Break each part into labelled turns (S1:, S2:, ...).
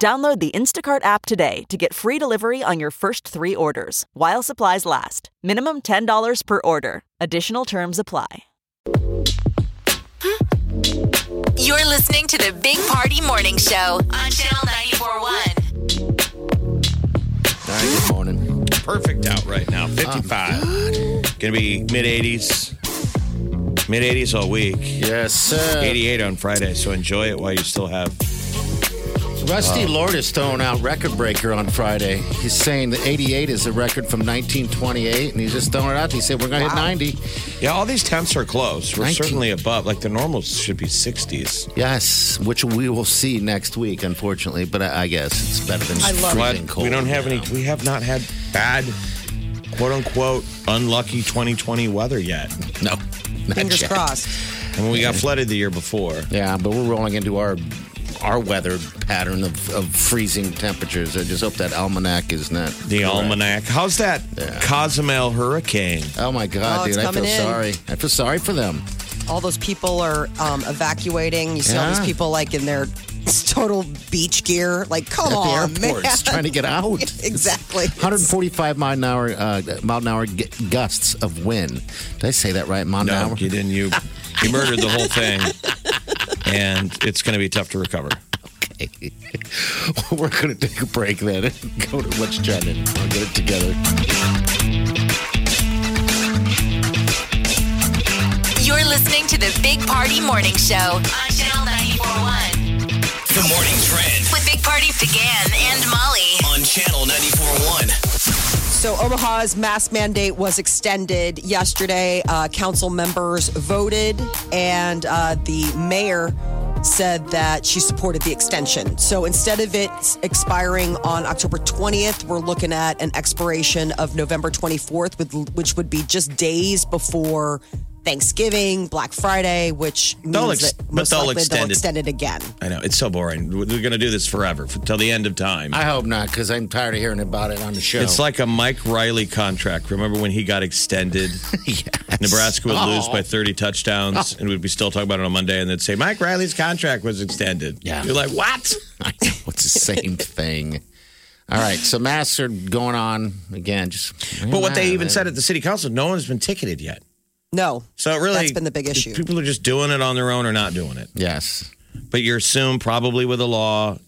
S1: Download the Instacart app today to get free delivery on your first three orders while supplies last. Minimum $10 per order. Additional terms apply.
S2: You're listening to the Big Party Morning Show on Channel 941.
S3: All right, good morning.
S4: perfect out right now. 55. Gonna be mid 80s. Mid 80s all week.
S3: Yes, sir.
S4: 88 on Friday, so enjoy it while you still have.
S3: Rusty Lord is throwing out record breaker on Friday. He's saying that 88 is a record from 1928, and he's just throwing it out. He said we're going to hit 90.
S4: Yeah, all these temps are close. We're
S3: 19.
S4: certainly above. Like the normals should be 60s.
S3: Yes, which we will see next week, unfortunately. But I, I guess it's better than I
S4: But
S3: freezing cold.
S4: we don't have any. We have not had bad, quote unquote, unlucky 2020 weather yet.
S3: No, not
S5: Fingers
S3: yet.
S5: crossed.
S4: I mean, we got flooded the year before.
S3: Yeah, but we're rolling into our our weather pattern of, of freezing temperatures. I just hope that almanac is not
S4: The almanac. How's that Cozumel hurricane?
S3: Oh my God,
S5: Oh, it's
S3: dude! I feel
S5: coming in.
S3: sorry. I feel sorry for them.
S5: All those people are um, evacuating. You see all
S3: Yeah.
S5: these people like in their total beach gear. Like, come
S3: at the
S5: on, man.
S3: airports trying to get out.
S5: exactly.
S3: 145 mile an hour uh, mile an hour g- gusts of wind. Did I say that right? Mile an
S4: No,
S3: hour.
S4: you didn't. You you murdered the whole thing, and it's going to be tough to recover.
S3: We're gonna take a break then. and Go to what's trending. We'll get it together.
S2: You're listening to the Big Party Morning Show on Channel 941
S6: The morning trend
S2: with Big Party began and Molly.
S6: on channel 94.1.
S5: So Omaha's mask mandate was extended yesterday. Uh, council members voted, and uh, the mayor said that she supported the extension. So instead of it expiring on October 20th, we're looking at an expiration of November 24th, with, which would be just days before Thanksgiving, Black Friday, which means
S4: They'll ex-
S5: that
S4: but
S5: most
S4: they'll
S5: likely
S4: extend
S5: they'll
S4: it.
S5: extend it again.
S4: I know it's so boring. We're going to do this forever f- till the end of time.
S3: I hope not, because I'm tired of hearing about it on the show.
S4: It's like a Mike Riley contract. Remember when he got extended?
S3: Yes.
S4: Nebraska would lose
S3: Oh.
S4: by 30 touchdowns, and we'd be still talking about it on Monday, and they'd say Mike Riley's contract was extended.
S3: Yeah.
S4: you're like, what?
S3: Oh, I know it's the same thing. All right, so masks are going on again. Just
S4: But what they even said at the city council, no one's been ticketed yet.
S5: No.
S4: So it really,
S5: That's been the big issue.
S4: People are just doing it on their own or not doing it.
S3: Yes.
S4: but you're assumed probably with a law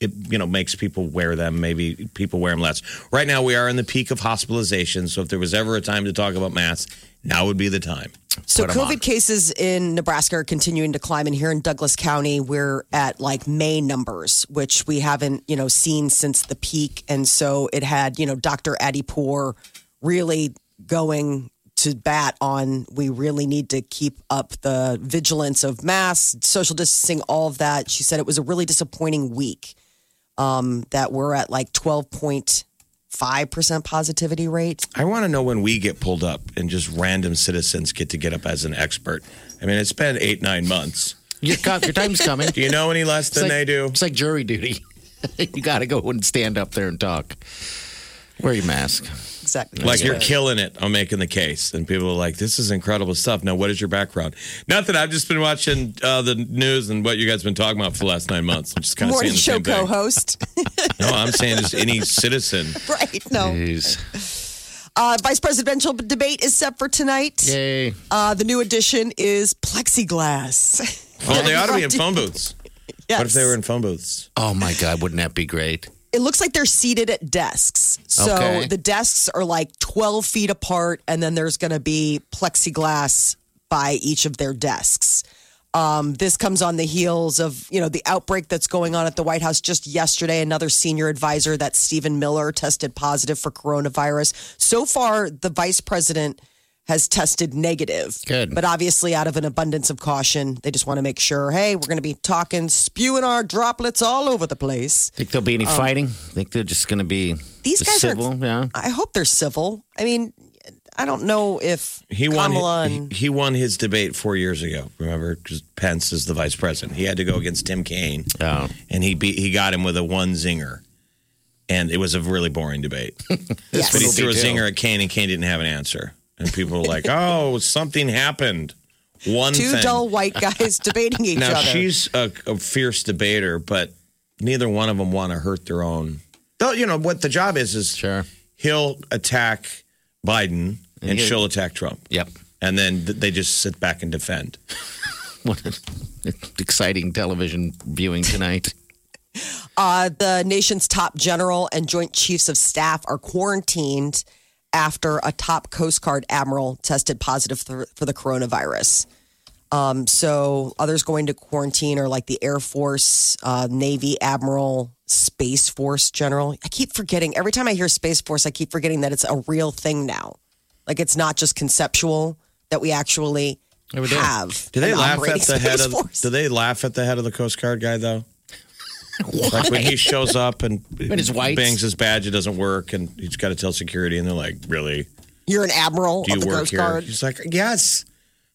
S4: it you know makes people wear them maybe people wear them less right now we are in the peak of hospitalization so if there was ever a time to talk about masks now would be the time
S5: So
S3: put 'em on.
S5: COVID cases in Nebraska are continuing to climb, and here in Douglas County, we're at like May numbers, which we haven't you know seen since the peak. And so it had you know Dr. Addie Poor really going to bat on. We really need to keep up the vigilance of masks, social distancing, all of that. She said it was a really disappointing week um, that we're at like twelve point five percent positivity rate.
S4: i want to know when we get pulled up and just random citizens get to get up as an expert i mean it's been eight nine months
S3: Your, co- your time's coming.
S4: do you know any less than
S3: like,
S4: they do
S3: It's like jury duty. you got to go and stand up there and talk. Wear your mask.
S5: Exactly.
S4: like you're killing it on making the case and people are like this is incredible stuff now what is your background nothing i've just been watching uh, the news and what you guys been talking about for the last nine months i'm just kind of
S5: Morning
S4: seeing the
S5: show
S4: same thing.
S5: co-host.
S4: No, I'm saying just any citizen.
S5: right? No.
S3: Jeez.
S5: Uh, vice presidential debate is set for tonight.
S3: Yay.
S5: Uh, the new addition is plexiglass.
S4: Well, they ought to be in phone booths.
S5: yes.
S4: What if they were in phone booths?
S3: Oh my God, wouldn't that be great?
S5: It looks like they're seated at desks. So
S3: Okay.
S5: the desks are like 12 feet apart, and then there's going to be plexiglass by each of their desks. Um, this comes on the heels of you know the outbreak that's going on at the White House just yesterday. Another senior advisor, that Stephen Miller, tested positive for coronavirus. So far, the vice president has tested negative.
S3: Good.
S5: But obviously, out of an abundance of caution, they just want to make sure hey, we're going to be talking, spewing our droplets all over the place.
S3: Think there'll be any fighting? Think they're just going to be
S5: Um, These
S3: just
S5: guys are- uh,
S3: civil? Yeah.
S5: I hope they're civil. I mean, I don't know if
S4: He won.
S5: Kamala
S4: He,
S5: and
S4: he won his debate four years ago. Remember, because Pence is the vice president. He had to go against Tim Kaine,
S3: Oh.
S4: and he beat, he got him with a one zinger, and it was a really boring debate.
S5: yes.
S4: But he threw a
S3: detail.
S4: zinger at Kane, and Kane didn't have an answer. And people were like, "Oh, something happened." One
S5: two
S4: thing.
S5: dull white guys debating each
S4: now
S5: other.
S4: she's a, a fierce debater, but neither one of them want to hurt their own. Though you know what the job is is
S3: Sure.
S4: he'll attack Biden and
S3: Yeah.
S4: she'll attack Trump.
S3: Yep.
S4: And then th- they just sit back and defend.
S3: What an exciting television viewing tonight.
S5: Uh, the nation's top general and joint chiefs of staff are quarantined after a top Coast Guard admiral tested positive for, for the coronavirus. Um, so others going to quarantine are like the Air Force, uh, Navy admiral, Space Force general. I keep forgetting every time I hear Space Force, I keep forgetting that it's a real thing now. Like it's not just conceptual that we actually have.
S4: Do they
S5: an
S4: laugh
S5: operating
S4: at the head
S5: Space
S4: of?
S5: Force.
S4: Do they laugh at the head of the Coast Guard guy though? Like when he shows up and
S3: it's white.
S4: bangs his badge, it doesn't work, and he's got to tell security, and they're like, "Really?
S5: You're an admiral
S4: Do
S5: of
S4: you
S5: the
S4: work
S5: Coast
S4: here?"
S5: Guard.
S4: He's like, "Yes,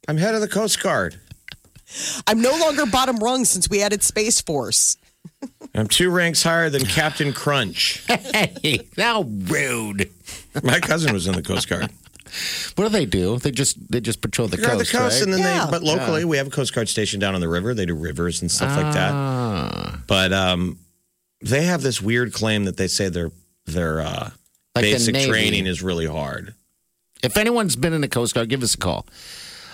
S4: I'm head of the Coast Guard.
S5: I'm no longer bottom rung since we added Space Force.
S4: I'm two ranks higher than Captain Crunch."
S3: hey, how rude.
S4: My cousin was in the Coast Guard.
S3: What do they do? They just they just patrol the
S4: They guard
S3: coast,
S4: the coast,
S3: right?
S4: and then
S5: Yeah.
S4: they. But locally, we have a Coast Guard station down on the river. They do rivers and stuff like that.
S3: Ah.
S4: But um, they have this weird claim that they say their their uh,
S3: Like the
S4: basic
S3: Navy.
S4: training is really hard.
S3: If anyone's been in the Coast Guard, give us a call.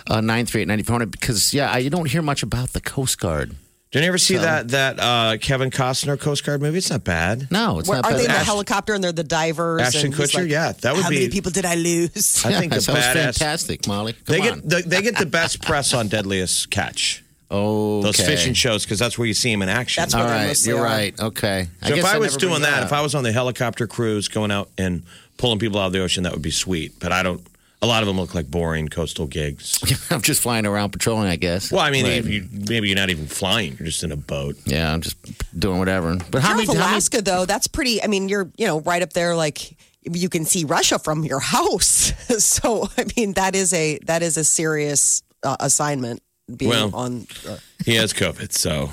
S3: Uh, 938-9400 because yeah, I, you don't hear much about the Coast Guard.
S4: Did you ever see that that uh, Kevin Costner Coast Guard movie? It's not bad.
S3: No, it's
S5: Where,
S3: not
S5: are they in the
S3: bad.
S4: Ashton-
S5: helicopter and they're the divers?
S4: Ashton
S5: and he's
S4: Kutcher,
S5: like,
S4: yeah, that would
S5: How
S4: be.
S5: many people did I lose?
S4: I think
S3: Yeah,
S4: the
S3: sounds
S4: badass.
S3: fantastic, Molly. Come
S4: They
S3: on.
S4: get the, they get the best press on Deadliest Catch.
S3: oh,
S4: Those fishing shows because that's where you see him in action.
S5: That's
S3: All
S5: where they
S3: right,
S5: mostly
S3: you're
S5: are.
S3: right. Okay.
S4: so if
S3: guess
S4: I was
S3: never
S4: doing
S3: bring
S4: that,
S3: up.
S4: if I was on the helicopter cruise going out and pulling people out of the ocean, that would be sweet. But I don't. A lot of them look like boring coastal gigs.
S3: I'm just flying around patrolling, I guess.
S4: Well, I mean,
S3: Right.
S4: if you, maybe you're not even flying; you're just in a boat.
S3: yeah, I'm just doing whatever. But how
S5: You're
S3: many,
S5: off
S3: how many
S5: Alaska, though, that's pretty. I mean, you're you know right up there, like you can see Russia from your house. so I mean, that is a that is a serious uh, assignment being
S4: Well.
S5: on. Uh,
S4: He has COVID, so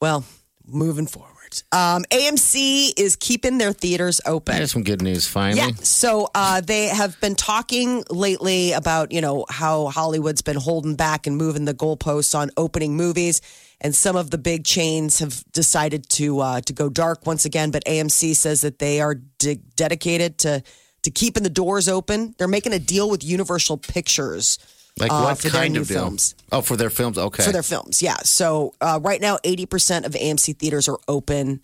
S5: well, moving forward, um, AMC is keeping their theaters open.
S3: I have some good news finally.
S5: Yeah. So uh, they have been talking lately about, you know, how Hollywood's been holding back and moving the goalposts on opening movies. And some of the big chains have decided to uh, to go dark once again. But AMC says that they are de- dedicated to to keeping the doors open. They're making a deal with Universal Pictures.
S3: Like
S5: uh,
S3: what
S5: for their
S3: kind
S5: new
S3: of deal?
S5: films?
S3: Oh, for their films. Okay.
S5: for their films. Yeah. So uh, right now, eighty percent of AMC theaters are open.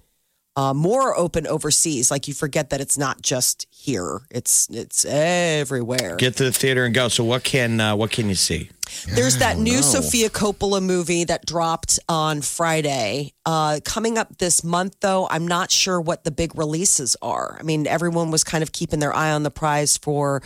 S5: Uh, more are open overseas. Like you forget that it's not just here; it's it's everywhere.
S4: get to the theater and go. So what can uh, what can you see?
S5: There's that new
S3: no.
S5: Sophia Coppola movie that dropped on Friday. Uh, coming up this month, though, I'm not sure what the big releases are. I mean, everyone was kind of keeping their eye on the prize for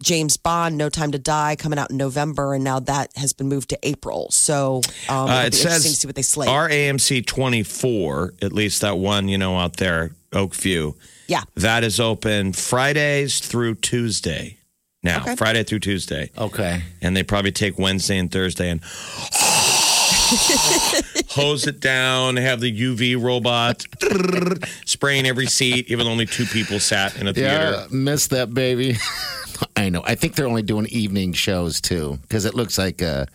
S5: James Bond, No Time to Die, coming out in November, and now that has been moved to April. So um,
S4: Uh,
S5: it'll be interesting to see what they slate.
S4: our AMC 24, at least that one you know out there, Oakview.
S5: yeah.
S4: That is open Fridays through Tuesday. Now Friday through Tuesday,
S3: okay.
S4: and they probably take Wednesday and Thursday and hose it down. Have the UV robot spraying every seat, even though only two people sat in a theater.
S3: Yeah, miss that baby. I know. I think they're only doing evening shows too, because it looks like uh,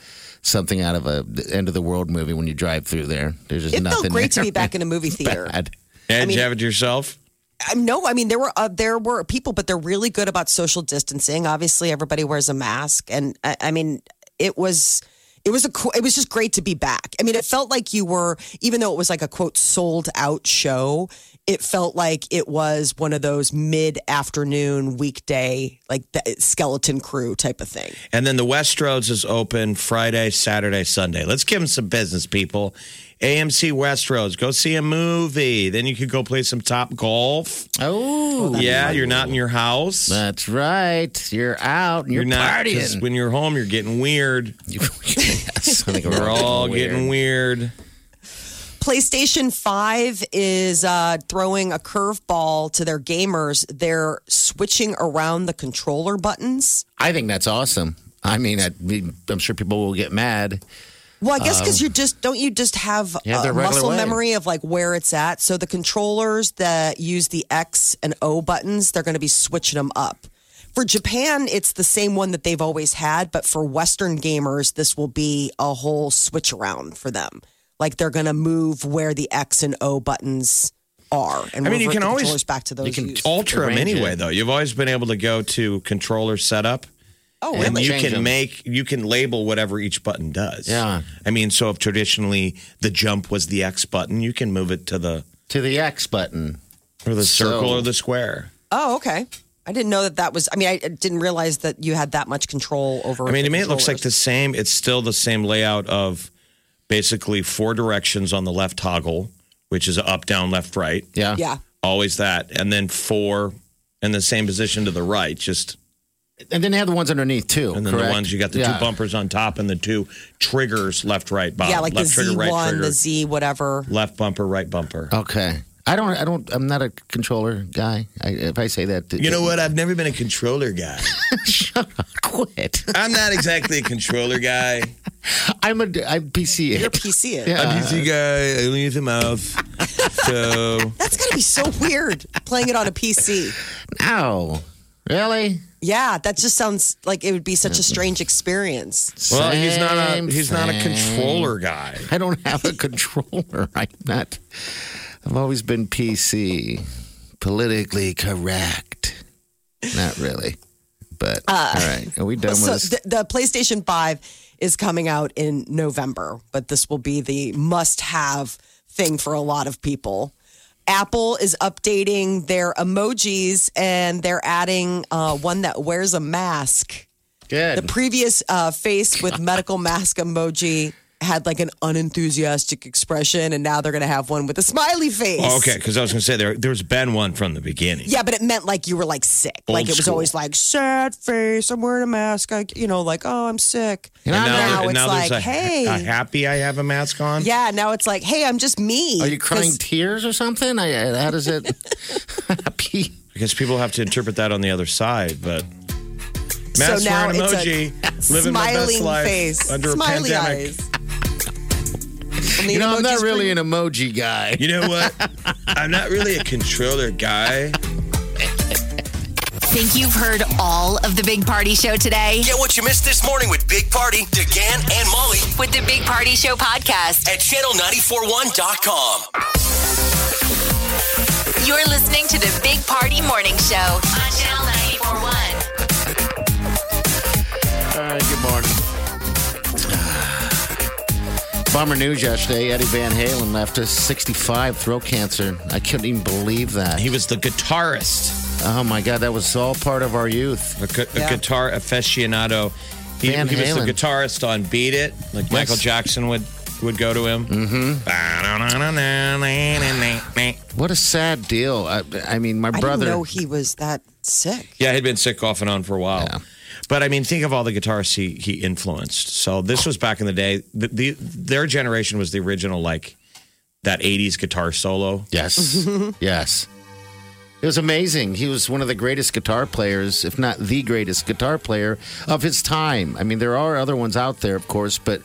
S3: something out of a the end of the world movie when you drive through there. There's just
S5: It
S3: nothing.
S5: felt great to
S3: there.
S5: be back in a movie theater.
S3: Bad.
S4: Ed, did you have it to yourself?
S5: I, no, I mean there were uh, there were people, but they're really good about social distancing. Obviously, everybody wears a mask, and uh, I, I mean it was it was a co- it was just great to be back. I mean, it felt like you were, even though it was like a quote sold out show, it felt like it was one of those mid afternoon weekday like the uh, skeleton crew type of thing.
S4: And then the Westroads is open Friday, Saturday, Sunday. Let's give them some business, people. AMC Westroads. Go see a movie. Then you could go play some top golf.
S3: Oh,
S4: yeah, you're not in your house.
S3: that's right. You're out. And you're,
S4: you're not. 'cause
S3: partying.
S4: When you're home, you're getting weird.
S3: yes, I think
S4: We're all getting weird.
S5: PlayStation 5 is uh, throwing a curveball to their gamers. They're switching around the controller buttons.
S3: I think that's awesome. I mean, I, I'm sure people will get mad.
S5: Well, I guess because you just don't Um, you just have
S3: Yeah,
S5: uh,
S3: their regular
S5: muscle
S3: way.
S5: memory of like where it's at. So the controllers that use the X and O buttons, they're going to be switching them up. For Japan, it's the same one that they've always had, but for Western gamers, this will be a whole switch around for them. Like they're going to move where the X and O buttons are, and
S4: I mean, you
S5: revert
S4: can
S5: the
S4: always-
S5: controllers back to those.
S3: can
S5: used.
S4: Alter them
S3: Arrange
S4: anyway,
S3: it.
S4: though. You've always been able to go to controller setup.
S5: oh,
S4: and
S3: really?
S4: you
S3: Change
S4: can
S3: 'em.
S4: make you can label whatever each button does.
S3: Yeah.
S4: I mean, so if traditionally the jump was the X button, you can move it to the
S3: To the X button.
S4: or the
S3: So-
S4: circle or the square.
S5: Oh, okay. I didn't know that that was. I mean, I didn't realize that you had that much control over.
S4: I mean, to
S5: the
S4: me, it looks like
S5: controllers.
S4: the same. It's still the same layout of basically four directions on the left toggle, which is up, down, left, right.
S3: Yeah.
S5: Yeah.
S4: Always that, and then four in the same position to the right. Just
S3: And then they have the ones underneath too.
S4: and then
S3: correct?
S4: the ones you got the
S3: Yeah.
S4: two bumpers on top and the two triggers left, right, bottom.
S5: yeah, like the
S4: Um, left
S5: Z
S4: trigger, right
S5: one,
S4: trigger,
S5: the Z whatever.
S4: left bumper, right bumper.
S3: Okay. I don't. I don't. I'm not a controller guy. I, if I say that,
S4: You know what? I've never been a controller guy.
S3: Quit.
S4: I'm not exactly a controller guy.
S3: I'm a. I'm PC.
S5: Your PC.
S3: Yeah.
S4: I'm PC guy. I only use the mouse. So
S5: That's gotta be so weird playing it on a PC.
S3: Ow. Really?
S5: Yeah, that just sounds like it would be such a strange experience.
S4: well, he's not a
S3: Same
S4: he's not a
S3: thing.
S4: controller guy.
S3: I don't have a controller. I'm not. I've always been PC, politically correct. Not really, but all right. Are we done
S5: Uh, So
S3: with this?
S5: the, the PlayStation Five is coming out in November, but this will be the must-have thing for a lot of people. Apple is updating their emojis and they're adding uh, one that wears a mask.
S3: Good.
S5: The previous uh, face with medical mask emoji had like an unenthusiastic expression, and now they're going to have one with a smiley face.
S4: Oh, okay, because I was gonna say there there's been one from the beginning.
S5: Yeah, but it meant like you were like sick.
S4: Old
S5: like it was
S4: school.
S5: always like sad face. I'm wearing a mask. I, you know, like oh, I'm sick.
S3: And
S5: now,
S3: now-
S4: there-
S5: it's
S4: there's
S5: like,
S4: a,
S5: hey,
S4: a happy I have a mask on.
S5: yeah. Now it's like, hey, I'm just me.
S3: Are you crying
S5: 'Cause-
S3: tears or something? I, I- how does it? happy.
S4: Because people have to interpret that on the other side, but mask
S5: so now
S4: wearing
S5: it's
S4: emoji,
S5: a
S4: living my best
S5: smiling
S4: life
S5: face,
S4: under a
S5: smiley
S4: pandemic.
S5: eyes. And the
S3: You know, I'm
S5: emojis
S3: not
S5: for
S3: really an emoji guy.
S4: You know what? I'm not really a controller guy.
S2: Think you've heard all of the Big Party Show today?
S6: Get what you missed this morning with Big Party, DeGan, and Molly
S2: With the Big Party Show podcast,
S6: at channel941.com.
S2: you're listening to the Big Party Morning Show on Channel 941.
S3: All right, good morning. Bummer news yesterday. Eddie Van Halen left us 65 throat cancer. I couldn't even believe that.
S4: He was the guitarist.
S3: Oh my God, that was all part of our youth.
S4: a, gu- a
S5: Yeah.
S4: guitar aficionado. He,
S3: Van
S4: he was the
S3: Halen.
S4: guitarist on "Beat It," like Michael Jackson would would go to him. Mm-hmm.
S3: What a sad deal. I, I mean, my
S5: I
S3: brother.
S5: didn't know he was that sick.
S4: Yeah, he'd been sick off and on for a while. But I mean, think of all the guitarists he, he influenced. So this was back in the day. The, the their generation was the original, like that '80s guitar solo.
S3: Yes. yes. It was amazing. He was one of the greatest guitar players, if not the greatest guitar player of his time. I mean, there are other ones out there, of course, but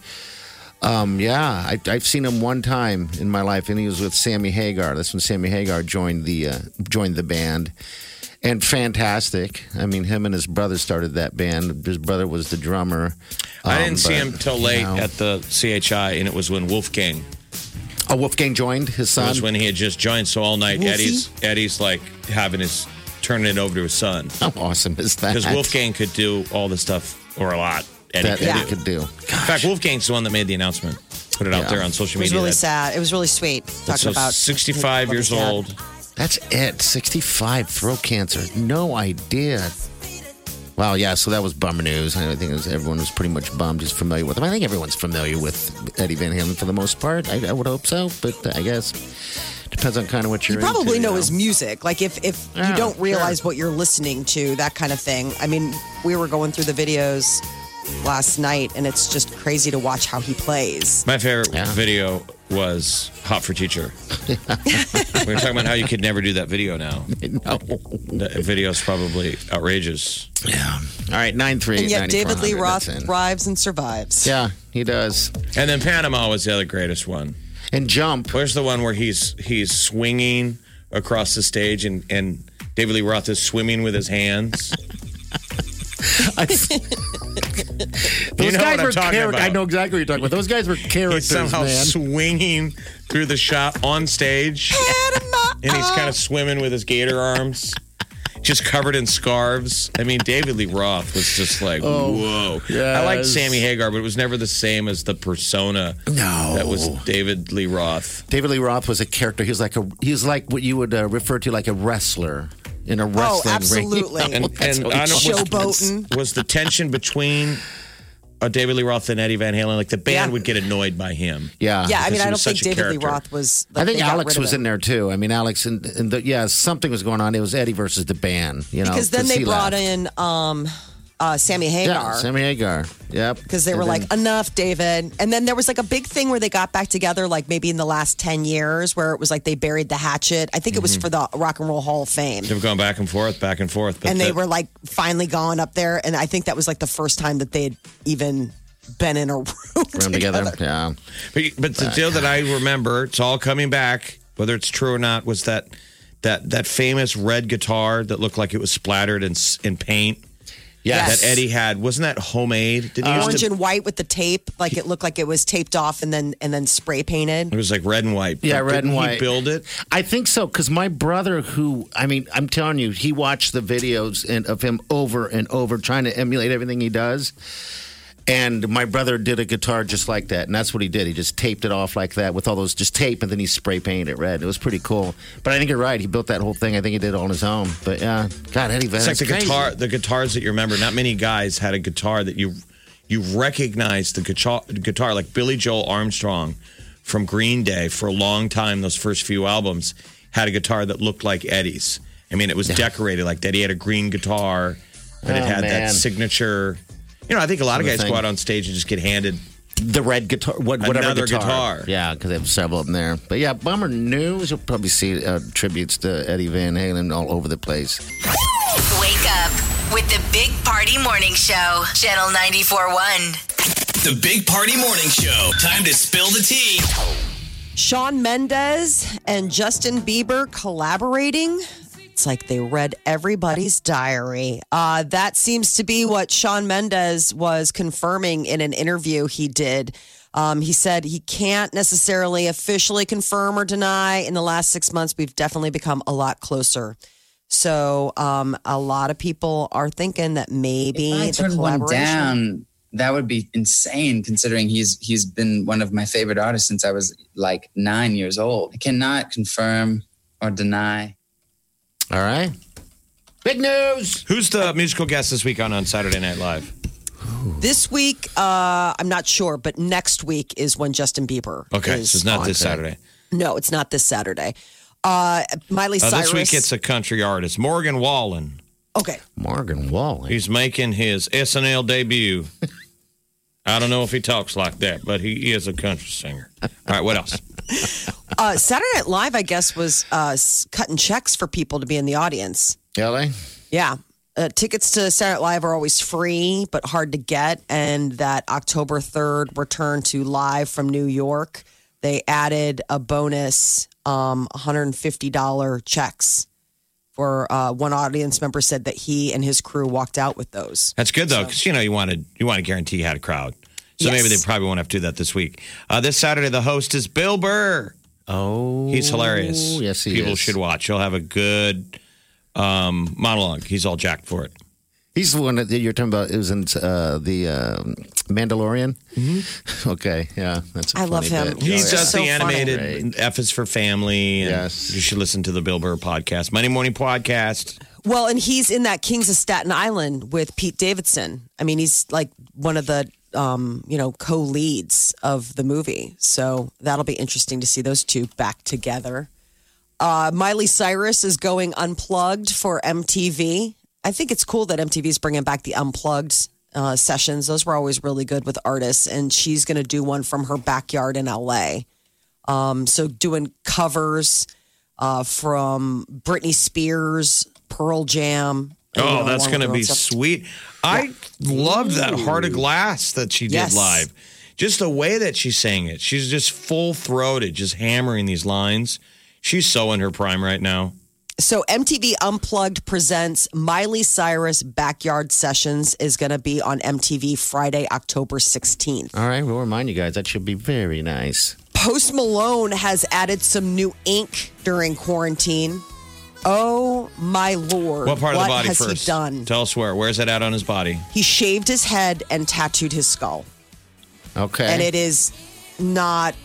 S3: um, yeah, I, I've seen him one time in my life, and he was with Sammy Hagar. That's when Sammy Hagar joined the uh, joined the band, and fantastic. I mean, him and his brother started that band. His brother was the drummer.
S4: I
S3: Um,
S4: didn't see
S3: but,
S4: him till
S3: you
S4: late
S3: know.
S4: at the CHI, and it was when Wolfgang
S3: Oh, Wolfgang joined his
S4: It
S3: son.
S4: was when he had just joined. So all night,
S5: Wolfie?
S4: Eddie's Eddie's like having his turning it over to his son
S3: How awesome is that?
S4: because Wolfgang could do all the stuff or a lot. Eddie
S3: that
S4: could
S3: Eddie
S4: do.
S3: could do.
S4: In fact, Wolfgang's the one that made the announcement, put it out
S3: Yeah.
S4: there on social
S5: It was
S4: media.
S5: really
S4: that-
S5: sad. It was really sweet talking
S4: So
S5: about
S4: 65 years
S5: Yeah.
S4: old.
S3: That's it. 65 throat cancer. No idea. Wow, yeah, so that was bummer news. I think it was, everyone was pretty much bummed, just familiar with him. I think everyone's familiar with Eddie Van Halen for the most part. I, I would hope so, but uh, I guess depends on kind of what you're
S5: You probably
S3: into,
S5: know
S3: you
S5: his music. Like if if
S3: Yeah,
S5: you don't realize
S3: Oh, sure.
S5: what you're listening to, that kind of thing. I mean, we were going through the videos last night, and it's just crazy to watch how he plays.
S4: My favorite
S3: Yeah.
S4: video was Hot for Teacher. we were talking about how you could never do that video now. That video's probably outrageous.
S3: Yeah. All right, 9 3.
S5: And yet, David Lee Roth
S3: That's in.
S5: thrives and survives.
S3: Yeah, he does.
S4: And then Panama was the other greatest one.
S3: And Jump.
S4: Where's the one where he's he's swinging across the stage and and David Lee Roth is swimming with his hands?
S3: I- Those
S4: know
S3: guys
S4: what I'm
S3: were
S4: talking
S3: charac-
S4: about.
S3: I know exactly what you're talking about. Those guys were
S4: He's
S3: characters,
S4: somehow
S3: man.
S4: swinging through the shot on stage. and he's
S5: Uh.
S4: kind of swimming with his gator arms, just covered in scarves. I mean, David Lee Roth was just like, whoa. I liked
S3: Oh, yes.
S4: Sammy Hagar, but it was never the same as the persona
S3: No.
S4: that was David Lee Roth.
S3: David Lee Roth was a character. He was like a he was like what you would uh, refer to like a wrestler in a wrestling ring.
S5: Oh, absolutely.
S3: You know,
S4: And,
S3: that's
S4: and
S3: how
S4: I
S3: he-
S4: don't
S5: Showboating.
S4: was, was the tension between uh, David Lee Roth and Eddie Van Halen like the band
S5: Yeah.
S4: would get annoyed by him.
S3: yeah,
S5: Yeah, I
S4: Because
S5: mean, I
S4: he
S5: don't
S4: was
S5: think
S4: such a
S5: David Lee
S4: character.
S5: Roth was.
S3: I
S5: like,
S3: think
S5: they got
S3: Alex
S5: rid of
S3: was
S5: it.
S3: in there too. I mean, Alex and, and the, yeah, something was going on. It was Eddie versus the band, you know.
S5: because then they
S3: he
S5: brought
S3: left.
S5: in um, uh, Sammy
S3: yeah,
S5: Hagar.
S3: Sammy Hagar. Yep.
S5: because they
S3: And
S5: were
S3: then-
S5: like enough david and then there was like a big thing where they got back together like maybe in the last 10 years where it was like they buried the hatchet i think it was
S3: Mm-hmm.
S5: for the rock and roll hall of fame
S4: They've gone back and forth, back and forth. But
S5: and they
S4: the-
S5: were like finally gone up there and i think that was like the first time that they had even been in a room,
S3: room together. Yeah.
S4: But, but the deal that I remember, it's all coming back, whether it's true or not, was that that that famous red guitar that looked like it was splattered in s- in paint
S5: Yes.
S4: that Eddie had. Wasn't that homemade?
S3: Uh,
S4: Did he
S5: orange
S4: use the,
S5: and white with the tape like it looked like it was taped off and then and then spray painted
S4: It was like red and white.
S3: Yeah,
S4: But
S3: red and
S4: didn't
S3: white.
S4: He build it.
S3: I think so because my brother, who I mean, I'm telling you, he watched the videos and of him over and over, trying to emulate everything he does. And my brother did a guitar just like that, and that's what he did. He just taped it off like that with all those just tape, and then he spray painted it red. It was pretty cool. But I think you're right. He built that whole thing. I think he did it on his own. But yeah, God, Eddie Van.
S4: It's like
S3: that's
S4: the
S3: crazy.
S4: guitar, the guitars that you remember. Not many guys had a guitar that you you recognized the guitar, guitar like Billy Joel Armstrong from Green Day for a long time. Those first few albums had a guitar that looked like Eddie's. I mean, it was decorated like that. He had a green guitar, but it
S3: Oh,
S4: had that
S3: man.
S4: signature. You know, I think a lot of
S3: Sort of
S4: guys go
S3: thing.
S4: out on stage and just get handed.
S3: the red guitar, what, whatever
S4: Another
S3: guitar.
S4: guitar.
S3: Yeah, because they have several of them there. But yeah, bummer news. You'll probably see uh, tributes to Eddie Van Halen all over the place.
S2: Wake up with the Big Party Morning Show, Channel 94.1.
S6: The Big Party Morning Show. Time to spill the tea.
S5: Sean Mendez and Justin Bieber collaborating. It's like they read everybody's diary. Uh, that seems to be what Sean Mendez was confirming in an interview he did. Um, he said he can't necessarily officially confirm or deny. In the last six months, we've definitely become a lot closer. So um, a lot of people are thinking that maybe
S7: If I
S5: the
S7: turned one
S5: collaboration.
S7: down, that would be insane considering he's he's been one of my favorite artists since I was like nine years old. I cannot confirm or deny.
S3: All right. Big news.
S4: Who's the musical guest this week on on Saturday Night Live?
S5: This week, uh, I'm not sure, but next week is when Justin Bieber.
S4: Okay,
S5: is
S4: so it's not
S5: on.
S4: this Saturday.
S5: No, it's not this Saturday. Uh, Miley
S4: Uh,
S5: Cyrus.
S4: this week it's a country artist, Morgan Wallen.
S5: okay.
S3: Morgan Wallen.
S4: He's making his SNL debut. I don't know if he talks like that, but he is a country singer. All right, what else?
S5: Uh, Saturday Night Live, I guess, was uh, s- cutting checks for people to be in the audience.
S3: LA.
S5: Yeah. Uh, tickets to Saturday Night Live are always free, but hard to get. And that October 3rd return to Live from New York, they added a bonus um, $150 checks for uh, one audience member said that he and his crew walked out with those.
S4: That's good though, because you know you want to you want to guarantee you had a crowd. So maybe
S5: Yes.
S4: they probably won't have to do that this week. Uh, this Saturday, the host is Bill Burr.
S3: Oh.
S4: He's hilarious.
S3: yes, he
S4: People
S3: is.
S4: should watch. He'll have a good um, monologue. He's all jacked for it.
S3: He's the one that you're talking about. It was in uh, the um Mandalorian.
S4: Mm-hmm.
S3: Okay. Yeah. That's a
S5: I
S3: funny
S5: love him.
S3: bit.
S5: He
S4: He
S5: He's
S4: does
S5: just so
S4: the
S5: funny.
S4: animated
S3: Right.
S4: F is for Family. And
S3: Yes.
S4: You should listen to the Bill Burr podcast, Monday Morning Podcast.
S5: Well, and he's in that Kings of Staten Island with Pete Davidson. I mean, he's like one of the um, you know co leads of the movie. So that'll be interesting to see those two back together. Uh, Miley Cyrus is going unplugged for MTV. I think it's cool that MTV is bringing back the unplugged uh, sessions. Those were always really good with artists, and she's going to do one from her backyard in LA. Um, so doing covers uh, from Britney Spears, Pearl Jam. and, you
S4: Oh,
S5: know,
S4: that's
S5: along
S4: going to
S5: with her
S4: be
S5: own stuff.
S4: sweet. I loved that Heart of Glass that she did
S5: Yes.
S4: live. Just the way that she sang it. She's just full throated, just hammering these lines. She's so in her prime right now.
S5: So MTV Unplugged presents Miley Cyrus Backyard Sessions is going to be on MTV Friday, October 16th.
S3: All right, we'll remind you guys that should be very nice.
S5: Post Malone has added some new ink during quarantine. Oh my lord!
S4: What part of the body
S5: has
S4: first?
S5: he done?
S4: Tell us where. Where's that at on his body?
S5: He shaved his head and tattooed his skull.
S3: Okay.
S5: and it is not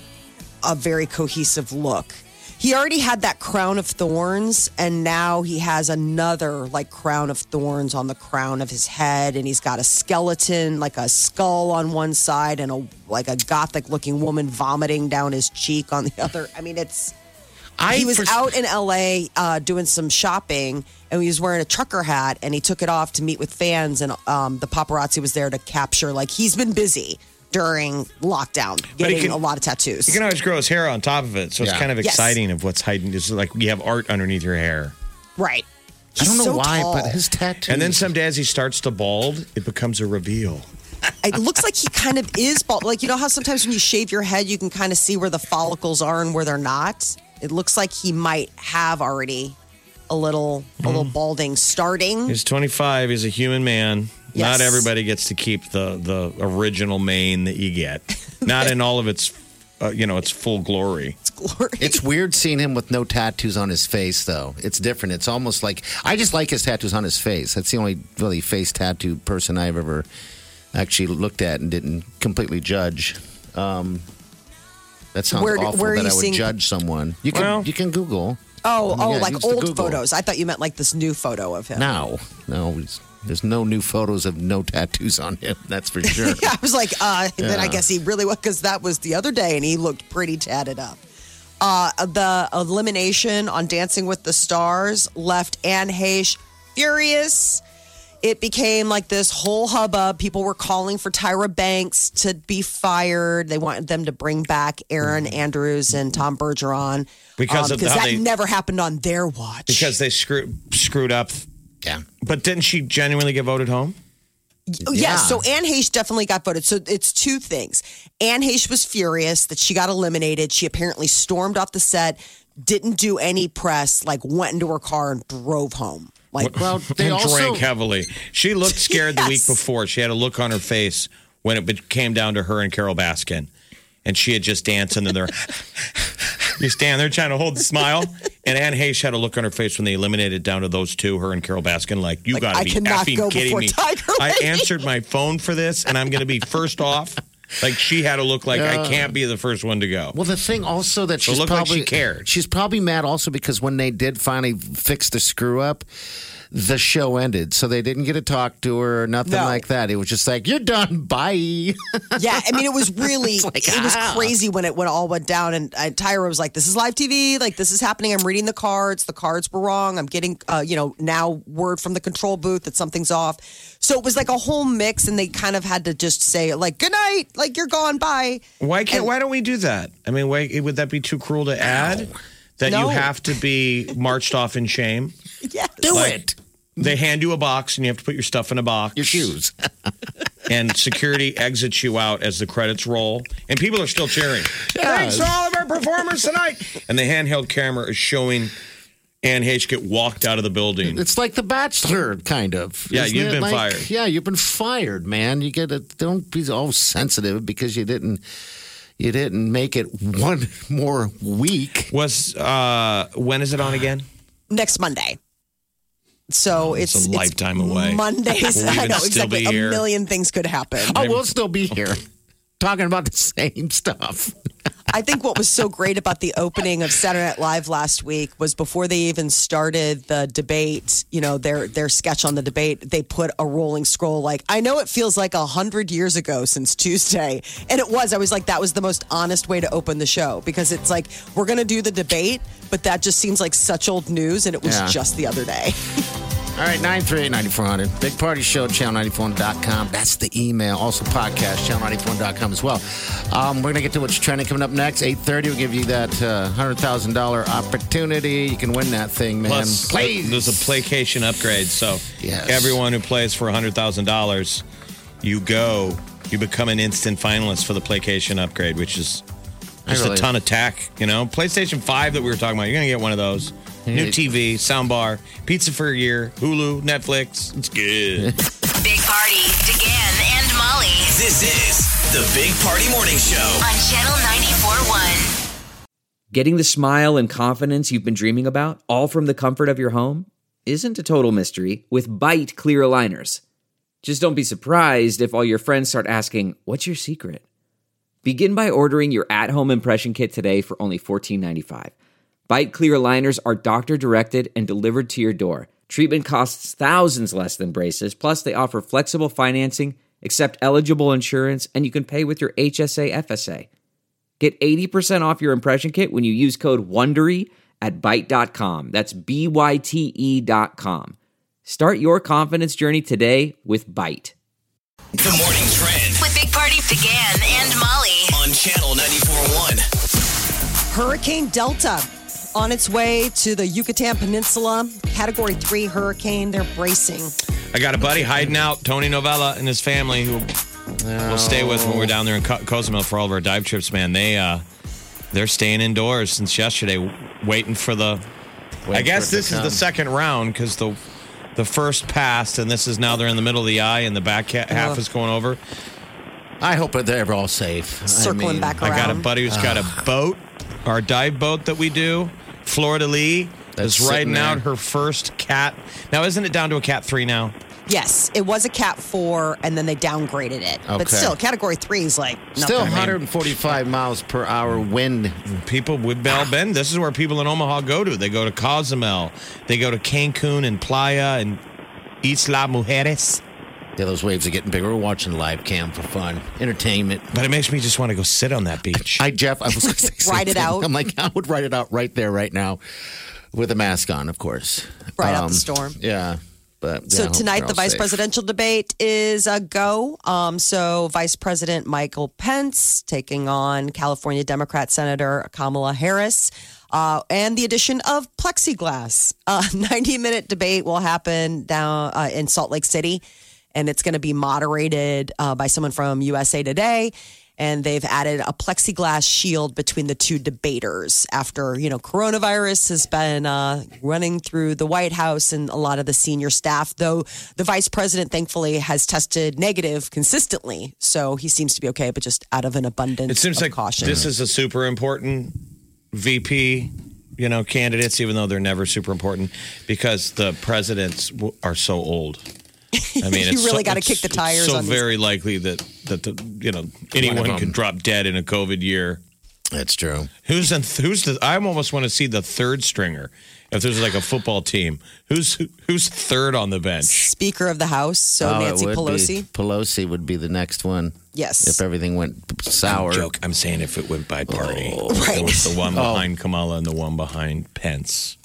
S5: a very cohesive look. He already had that crown of thorns, and now he has another like crown of thorns on the crown of his head, and he's got a skeleton, like a skull on one side, and a like a gothic looking woman vomiting down his cheek on the other. I mean, it's
S3: I
S5: he was
S3: pers-
S5: out in LA uh, doing some shopping, and he was wearing a trucker hat, and he took it off to meet with fans, and um, the paparazzi was there to capture. Like he's been busy during lockdown,
S4: he
S5: getting
S4: can-
S5: a lot of tattoos.
S4: You can always grow his hair on top of it. So it's
S3: Yeah.
S4: kind of
S5: Yes.
S4: exciting of what's hiding. It's like you have art underneath your hair.
S5: right?
S3: I don't know
S5: He's so
S3: why,
S5: tall.
S3: but his tattoo.
S4: And then someday as he starts to bald, it becomes a reveal.
S5: it looks like he kind of is bald. Like you know how sometimes when you shave your head, you can kind of see where the follicles are and where they're not. It looks like he might have already a little a
S3: Mm-hmm.
S5: little balding starting.
S4: He's 25. He's a human man.
S5: Yes.
S4: Not everybody gets to keep the the original mane that you get. Not in all of its, uh, you know, its full glory.
S5: It's glory.
S3: It's weird seeing him with no tattoos on his face, though. It's different. It's almost like I just like his tattoos on his face. That's the only really face tattoo person I've ever actually looked at and didn't completely judge. Um, that sounds
S5: Where-
S3: awful
S5: where are
S3: that
S5: you
S3: I would
S5: seeing-
S3: judge someone. You can
S4: Well-
S3: you can Google.
S5: Oh,
S3: I mean,
S5: oh,
S3: yeah,
S5: like
S3: use the
S5: old
S3: Google.
S5: photos. I thought you meant like this new photo of him.
S3: No, no, it's- there's no new photos of no tattoos on him. That's for sure.
S5: Yeah, I was like, uh, and then I
S3: Yeah.
S5: guess he really was because that was the other day, and he looked pretty tatted up. Uh, the elimination on Dancing with the Stars left Anne Heche furious. It became like this whole hubbub. People were calling for Tyra Banks to be fired. They wanted them to bring back Aaron Andrews and Tom Bergeron
S4: Mm. Because
S5: um,
S4: of how
S5: that
S4: they-
S5: never happened on their watch.
S4: Because they screwed screwed up.
S3: Yeah.
S4: But didn't she genuinely get voted home?
S5: Oh, Yeah.
S3: Yeah.
S5: So Anne Heche definitely got voted. So it's two things. Anne Heche was furious that she got eliminated. She apparently stormed off the set, didn't do any press, like went into her car and drove home. Like,
S3: Well, they
S4: and
S3: also
S4: drank heavily. She looked scared the week
S5: Yes.
S4: before. She had a look on her face when it be- came down to her and Carol Baskin, and she had just danced into their. you stand there trying to hold the smile, and Anne Hayes had a look on her face when they eliminated down to those two, her and Carol Baskin. Like you
S5: Like,
S4: got
S5: I
S4: to be
S5: cannot
S4: effing
S5: go
S4: kidding
S5: before
S4: me!
S5: Tiger
S4: I
S5: Lady.
S4: answered my phone for this, and I'm going to be first off. Like she had a look like I can't be the first one to go.
S3: Well, the thing also that she's
S4: looked like
S3: probably
S4: she cared.
S3: She's probably mad also because when they did finally fix the screw up, the show ended, so they didn't get to talk to her or nothing
S5: No.
S3: like that. It was just like you're done, bye.
S5: yeah. I mean, it was really, it was crazy when it when it all went down. And uh, Tyra was like, "This is live TV. Like, this is happening. I'm reading the cards. The cards were wrong. I'm getting, uh, you know, now word from the control booth that something's off." So it was like a whole mix, and they kind of had to just say like, "Good night. Like, you're gone. Bye."
S4: Why can't?
S5: And-
S4: why don't we do that? I mean, why, would that be too cruel to add? That
S5: No.
S4: you have to be marched off in shame.
S5: Yes.
S3: Do
S4: Like-
S3: it.
S4: They hand you a box, and you have to put your stuff in a box.
S3: Your shoes.
S4: And security exits you out as the credits roll, and people are still cheering. Thanks to all of our performers tonight. And the handheld camera is showing Anne H get walked out of the building.
S3: It's like The Bachelor, kind of.
S4: Yeah,
S3: Isn't
S4: you've
S3: it?
S4: been
S3: Like,
S4: fired.
S3: Yeah, you've been fired, man. You get it. Don't be all sensitive because you didn't. You didn't make it one more week.
S4: Was uh, when is it on again?
S5: next Monday. So it's,
S4: it's a
S5: it's
S4: lifetime away.
S5: Mondays.
S4: Will we
S5: I
S4: even
S5: know
S4: still
S5: exactly.
S4: be
S5: A
S4: here?
S3: Oh,
S5: million things could happen.
S3: I will still be here talking about the same stuff.
S5: I think what was so great about the opening of Saturday Night Live last week was before they even started the debate, you know, their their sketch on the debate, they put a rolling scroll like, I know it feels like a hundred years ago since Tuesday. And it was. I was like, that was the most honest way to open the show because it's like, we're gonna do the debate, but that just seems like such old news and it was
S3: Yeah.
S5: just the other day.
S3: All right, 938-9400. Big Party Show, channel94.com. That's the email. Also podcast, channel94.com as well. Um, we're going to get to what's trending coming up next. 830 will give you that uh, $100,000 opportunity. You can win that thing, man.
S4: Plus, uh,
S3: Please.
S4: there's a placation upgrade. So
S3: Yes.
S4: everyone who plays for $100,000, you go, you become an instant finalist for the placation upgrade, which is just
S3: really-
S4: a ton of tack. You know, PlayStation 5 that we were talking about, you're going to get one of those. New TV, soundbar, pizza for a year, Hulu, Netflix. It's good.
S2: Big Party, DeGan and Molly
S6: This is the Big Party Morning Show.
S2: on Channel 94.1.
S8: Getting the smile and confidence you've been dreaming about, all from the comfort of your home, isn't a total mystery with bite clear aligners. Just don't be surprised if all your friends start asking, What's your secret? Begin by ordering your at home impression kit today for only $14.95. Bite clear aligners are doctor directed and delivered to your door. Treatment costs thousands less than braces, plus, they offer flexible financing, accept eligible insurance, and you can pay with your HSA FSA. Get 80% off your impression kit when you use code WONDERY at Byte.com. That's B-Y-T-E E dot com. Start your confidence journey today with Byte.
S6: The morning trend
S2: With Big Party, DeGan and Molly.
S6: on channel 94.1.
S5: Hurricane Delta on its way to the Yucatan Peninsula, category three hurricane. They're bracing.
S4: I got a buddy hiding out, Tony Novella and his family, who we'll stay with when we're down there in Co- Cozumel for all of our dive trips. Man, they uh, they're staying indoors since yesterday, w- waiting for the. I
S3: for it
S4: guess
S3: to
S4: this is
S3: come.
S4: the second round because the the first passed, and this is now they're in the middle of the eye, and the back ha- half is going over.
S3: I hope that they're all safe.
S5: Circling back
S4: I got a
S5: Around.
S4: buddy who's got a boat, our dive boat that we do. Florida Lee
S3: That's
S4: is
S3: sitting
S4: riding out
S3: there.
S4: her first cat. Now, isn't it down to a cat three now?
S5: Yes, it was a cat four, and then they downgraded it. But
S3: Okay.
S5: still, category three is like nothing.
S3: Still 145 miles per hour wind.
S4: People with Bell Bend. This is where people in Omaha go to. They go to Cozumel. They go to Cancun and Playa and Isla Mujeres.
S3: Yeah, those waves are getting bigger. We're watching live cam for fun, entertainment.
S4: But it makes me just want to go sit on that beach.
S3: I, Jeff, I was going to say, the same
S5: Ride it
S3: thing.
S5: out.
S3: I'm like, I would write it out right there, right now, with a mask on, of course. Um,
S5: Right out the storm.
S3: Yeah. But yeah,
S5: So
S3: I hope
S5: tonight,
S3: they're
S5: the
S3: all
S5: vice
S3: safe.
S5: presidential debate is a go. Um, so Vice President Michael Pence taking on California Democrat Senator Kamala Harris, uh, and the addition of plexiglass. A 90-minute debate will happen down uh, in Salt Lake City, and it's going to be moderated uh, by someone from USA Today. And they've added a plexiglass shield between the two debaters after, you know, coronavirus has been uh, running through the White House and a lot of the senior staff, though the vice president thankfully has tested negative consistently. So he seems to be okay, but just out of an abundance
S4: it seems
S5: of
S4: like
S5: caution.
S4: this is a super important VP, you know, candidates, even though they're never super important because the presidents w- are so old. I mean,
S5: You
S4: it's
S5: really
S4: so-
S5: gotta
S4: it's-
S5: kick the
S4: it's
S5: tires
S4: So
S5: on these-
S4: very likely that that the, you know anyone
S3: them.
S4: could drop dead in a COVID year.
S3: That's true.
S4: Who's in, who's the? I almost want to see the third stringer. If there's like a football team, who's who's third on the bench?
S5: Speaker of the House, so
S3: Oh, it
S5: Nancy
S3: would
S5: Pelosi.
S3: Be, Pelosi would be the next one
S5: Yes.
S3: if everything went sour.
S4: Joke. I'm saying if it went by party,
S5: Right.
S4: it was the one behind Kamala and the one behind Pence.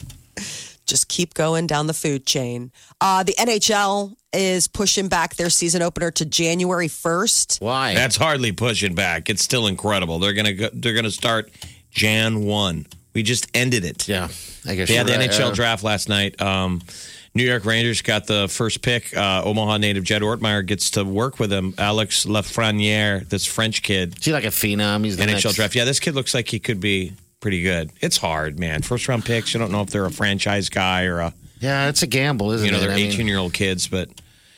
S5: just keep going down the food chain. Uh, the NHL is pushing back their season opener to January 1st.
S3: Why?
S4: That's hardly pushing back. It's still incredible. They're gonna go, they're gonna start Jan one. We just ended it.
S3: yeah. I guess
S4: They
S3: you're
S4: had the
S3: right.
S4: NHL
S3: Uh,
S4: draft last night. Um, New York Rangers got the first pick. Uh, Omaha native Jed Ortmeyer gets to work with him. Alex Lafreniere, this French kid,
S3: Is he like a phenom? He's the
S4: NHL
S3: next-
S4: draft. Yeah, this kid looks like he could be pretty good. It's hard, man. First round picks. You don't know if they're a franchise guy or a
S3: Yeah, it's a gamble, isn't
S4: you know
S3: it?
S4: they're
S3: I mean,
S4: eighteen year old kids. But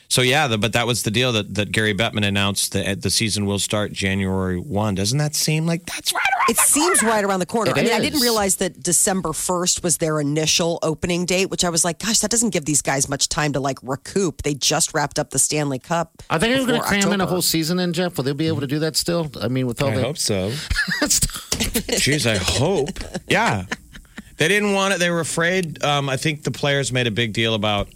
S4: so yeah, the, but that was the uh, deal that, that Gary Bettman announced that the season will start January one. Doesn't that seem like that's right around
S5: It seems right around the corner.
S3: It
S5: I mean, I
S3: is.
S5: didn't realize that December 1st was their initial opening date, which I was like, gosh, that doesn't give these guys much time to like recoup. They just wrapped up the Stanley Cup.
S3: Are they going to
S5: before
S3: cram in a
S5: October.
S3: whole season in, Jeff? Will they be able to do that still? I mean, with all
S4: I
S3: the
S4: hope so.
S3: stuff.
S4: Jeez, I hope. Yeah. They didn't want it. They were afraid. Um, I think the players made a big deal about,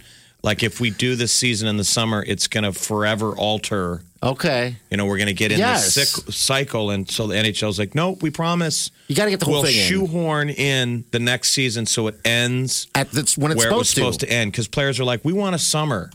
S4: like, if we do this season in the summer, it's going to forever alter.
S3: Okay.
S4: You know, we're going to get in
S3: Yes.
S4: this sick cycle. And so the NHL's like, no, we promise.
S3: You gotta get the whole
S4: we'll
S3: thing in."
S4: shoehorn in. the next season so it ends
S3: At that's when it's
S4: where it was
S3: supposed,
S4: supposed
S3: to.
S4: to, end. Because players are like, we want a summer.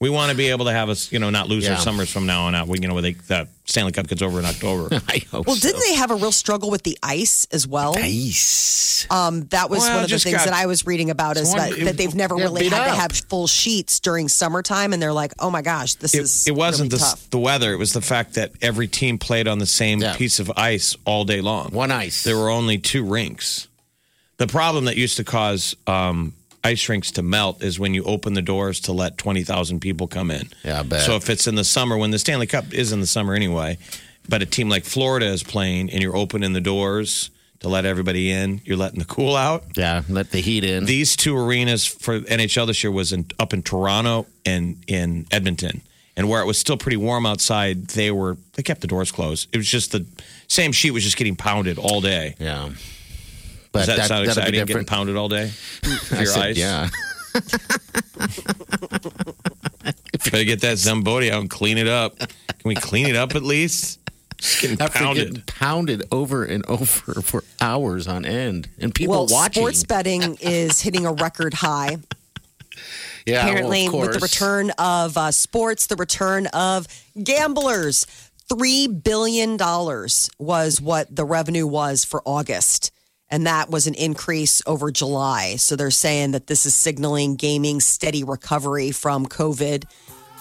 S4: We want to be able to have us, you know, not lose our
S3: Yeah.
S4: summers from now on out. We, you know, where they, the Stanley Cup gets over in October.
S3: I hope
S5: Well,
S3: so.
S5: didn't they have a real struggle with the ice as well?
S3: Nice.
S5: Um, that was
S4: Well,
S5: one of the
S4: just
S5: things
S4: got-
S5: that I was reading about is
S3: Someone-
S5: that, that they've never
S3: Yeah,
S5: really
S3: beat
S5: had to
S3: up.
S5: have full sheets during summertime, and they're like, "Oh my gosh, this
S4: it,
S5: is
S4: it wasn't
S5: really
S4: the,
S5: tough."
S4: the weather. It was the fact that every team played on the same
S3: Yeah.
S4: piece of ice all day long.
S3: One ice.
S4: There were only two rinks. The problem that used to cause um, ice rinks to melt is when you open the doors to let 20,000 people come in.
S3: Yeah, I bet.
S4: So if it's in the summer, when the Stanley Cup is in the summer anyway, but a team like Florida is playing and you're opening the doors to let everybody in, you're letting the cool out
S3: yeah, let the heat in.
S4: these two arenas for NHL this year was in, up in Toronto and in Edmonton. And where it was still pretty warm outside, they were they kept the doors closed. It was just the same sheet was just getting pounded all day.
S3: yeah. But
S4: Does that,
S3: that,
S4: sound
S3: that'll
S4: exciting?
S3: be
S4: Getting
S3: different.
S4: pounded all day for
S3: I
S4: your
S3: said,
S4: ice.
S3: Yeah.
S4: Better get that Zamboni out and clean it up. Can we clean it up at least? It's getting
S3: After
S4: pounded.
S3: getting pounded over and over for hours on end, and people
S5: well,
S3: watching.
S5: sports betting is hitting a record high.
S3: yeah, well, of
S5: apparently with the
S3: course.
S5: return of uh, sports, the return of gamblers. Three billion dollars was what the revenue was for August, and that was an increase over July. So they're saying that this is signaling gaming's steady recovery from COVID.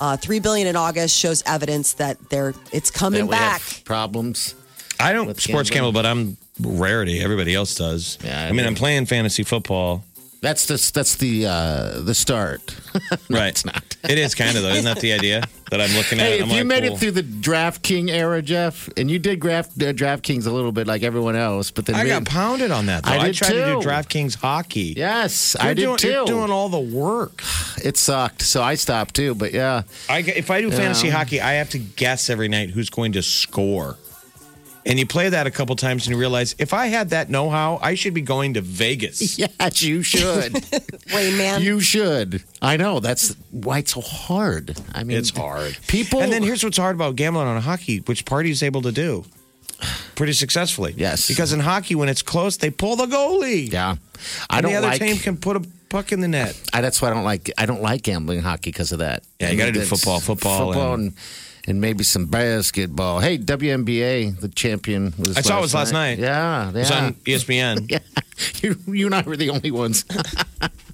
S5: Uh, Three billion in August shows evidence that they're it's coming
S3: That we
S5: back.
S3: have Problems.
S4: I don't
S3: with
S4: sports gamble,
S3: gambling.
S4: but I'm rarity. Everybody else does.
S3: Yeah, I
S4: I, mean,
S3: do.
S4: I'm playing fantasy football.
S3: That's the that's the uh, the start.
S4: right. It's
S3: not.
S4: It is kind of though. Isn't that the idea that I'm looking at?
S3: Hey,
S4: it,
S3: if
S4: I'm
S3: you
S4: like,
S3: made
S4: well-
S3: it through the DraftKing era, Jeff, and you did draft uh, DraftKings a little bit like everyone else, but then
S4: I
S3: we-
S4: got pounded on that. Though.
S3: I
S4: I,
S3: did
S4: tried to
S3: too.
S4: do DraftKings hockey.
S3: yes,
S4: You're
S3: I did
S4: doing,
S3: too.
S4: You're doing all the work.
S3: it sucked, so I stopped too. But yeah,
S4: I, g- if I do fantasy hockey, I have to guess every night who's going to score. And you play that a couple times and you realize if I had that know how, I should be going to Vegas.
S3: yes, you should.
S5: Rain man,
S3: you should. I know that's why it's so hard. I mean,
S4: It's hard.
S3: People,
S4: And then here's what's hard about gambling on hockey, which party's able to do pretty successfully.
S3: Yes.
S4: Because in hockey, when it's close, they pull the goalie.
S3: yeah, I
S4: and
S3: don't
S4: the other
S3: like.
S4: team can put a puck in the net.
S3: I, that's why I don't like. I don't like gambling hockey because of that.
S4: Yeah,
S3: I
S4: you
S3: mean,
S4: gotta do
S3: that's-
S4: football, football
S3: football,
S4: and-
S3: and. And maybe some basketball. Hey, WNBA, the champion was.
S4: I saw it was last night.
S3: Yeah, yeah.
S4: It's on E ESPN.
S3: Yeah, you, you and I were the only ones.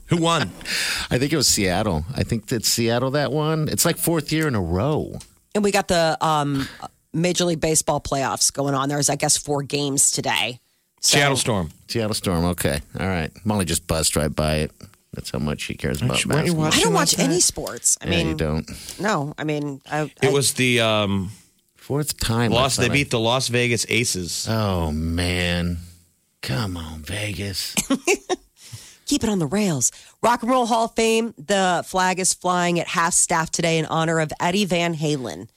S4: Who won?
S3: I think it was Seattle. I think that Seattle that one. It's like fourth year in a row.
S5: and we got the um, Major League Baseball playoffs going on. There's I guess four games today. So-
S4: Seattle Storm.
S3: Seattle Storm. Okay, all right. Molly just buzzed right by it. That's how much she cares about
S4: Aren't you
S3: basketball.
S5: I don't
S4: watching
S5: watch
S4: last night?
S5: any sports. I
S3: yeah,
S5: mean,
S3: you don't.
S5: No, I mean, I,
S4: It
S5: I-
S4: was the um,
S3: Fourth time. I
S4: Las. They
S3: thought I-
S4: beat the Las Vegas
S5: Uh,
S4: Aces.
S3: Oh man, come on, Vegas.
S5: keep it on the rails. Rock and Roll Hall of Fame. The flag is flying at half staff today in honor of Eddie Van Halen.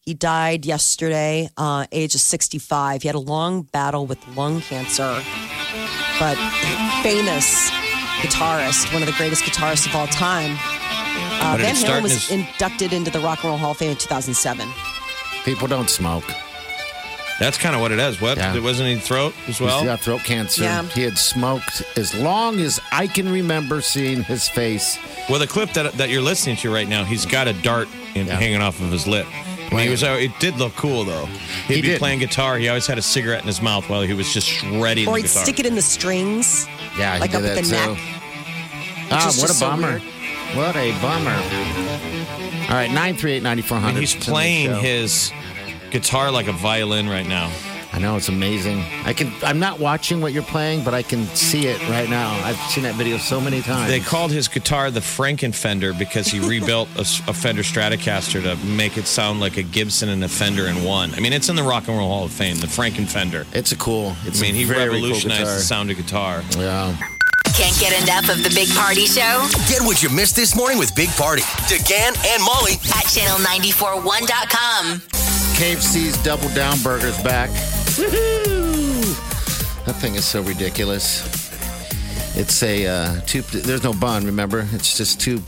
S5: He died yesterday, uh, age of 65. He had a long battle with lung cancer, but famous guitarist, one of the greatest guitarists of all time. Uh,
S4: But did
S5: Van
S4: it start
S5: Halen
S4: in
S5: was
S4: his-
S5: inducted into the Rock and Roll Hall of Fame in 2007.
S3: People don't smoke.
S4: That's kind of what it is. What?
S3: Yeah.
S4: It wasn't any throat as
S3: He's
S4: well.
S3: got throat cancer.
S5: Yeah.
S3: He had smoked as long as I can remember seeing his face.
S4: Well, the clip that that you're listening to right now, he's got a dart in,
S3: Yeah.
S4: hanging off of his lip. I mean, he was. uh, It did look cool though. He'd
S3: He
S4: be
S3: did.
S4: playing guitar. He always had a cigarette in his mouth while he was just shredding
S5: Or
S4: the
S5: he'd
S4: guitar.
S5: stick it in the strings,
S3: Yeah, he
S5: like
S3: did
S5: up at
S3: that
S5: the
S3: too.
S5: neck.
S3: Ah,
S5: is
S3: what a
S5: just so
S3: bummer.
S5: weird.
S3: What a bummer. All right, 938
S4: and he's playing his guitar like a violin right now.
S3: I know it's amazing. I can. I'm not watching what you're playing, but I can see it right now. I've seen that video so many times.
S4: They called his guitar the Frankenfender because he rebuilt a, s- a Fender Stratocaster to make it sound like a Gibson and a Fender in one. I mean, it's in the Rock and Roll Hall of Fame, the Frankenfender.
S3: It's a cool. It's
S4: I mean,
S3: a
S4: he
S3: very
S4: revolutionized
S3: cool
S4: the sound of guitar.
S3: guitar. Yeah.
S2: Can't get enough of the Big Party Show
S6: Get what you missed this morning with Big Party. DeGan and Molly.
S2: at channel941.com.
S3: KFC's double down burgers back. Woohoo! That thing is so ridiculous. It's a uh, two. There's no bun. Remember, it's just two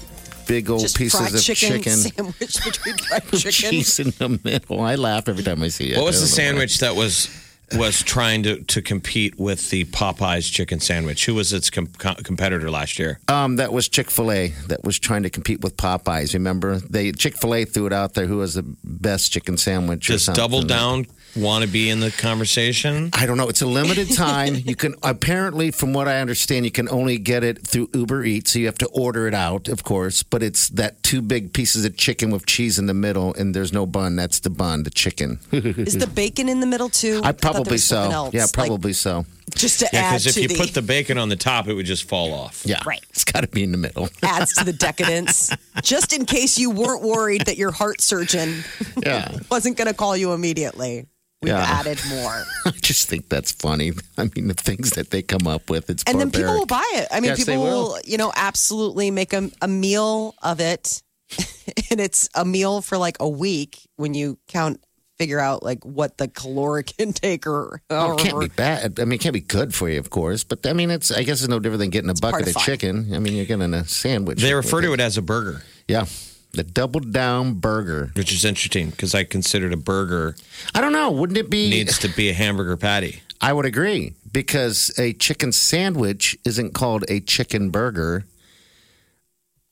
S3: big old
S5: Just
S3: pieces
S5: fried
S3: of
S5: chicken,
S3: chicken.
S5: sandwich between fried chicken.
S3: Cheese in the middle. I laugh every time I see it.
S4: What was
S3: I
S4: the
S3: don't know why.
S4: sandwich that was was trying to, to compete with the Popeyes chicken sandwich? Who was its com- com- competitor last year?
S3: Um, that was Chick Fil A. That was trying to compete with Popeyes. Remember, they Chick Fil A threw it out there. Who has the best chicken sandwich?
S4: Does
S3: or something.
S4: Double Down want to be in the conversation?
S3: I don't know. It's a limited time. You can apparently, from what I understand, you can only get it through Uber Eats, so you have to order it out, of course. But it's that two big pieces of chicken with cheese in the middle, and there's no bun. That's the bun, the chicken.
S5: Is the bacon in the middle too?
S3: I
S5: thought there
S3: probably
S5: was something
S3: so.
S5: else,
S3: Yeah,
S5: like,
S3: probably so.
S5: just to
S4: Yeah,
S5: add
S4: because
S5: to
S4: if you
S5: the
S4: put the bacon on the top, it would just fall off.
S3: Yeah, right. It's got to be in the middle.
S5: adds to the decadence. just in case you weren't worried that your heart surgeon
S3: Yeah.
S5: wasn't going to call you immediately. We've
S3: Yeah.
S5: added more.
S3: I just think that's funny. I mean, the things that they come up with, it's
S5: And then people
S3: barbaric.
S5: will buy it. I mean,
S3: Yes, they
S5: people
S3: will.
S5: will. you know, absolutely make a, a meal of it. and it's a meal for like a week when you count, figure out like what the caloric intake or
S3: Oh, it can't
S5: however-
S3: be bad. I mean, it can't be good for you, of course. But I mean, it's I guess it's no different than getting a
S5: part
S3: bucket
S5: of
S3: of
S5: fun.
S3: chicken. I mean, you're getting a sandwich.
S4: They refer to it as a burger,
S3: Yeah, the double down burger.
S4: which is interesting because I considered a burger
S3: I don't know. Wouldn't it be?
S4: needs to be a hamburger patty.
S3: I would agree because a chicken sandwich isn't called a chicken burger.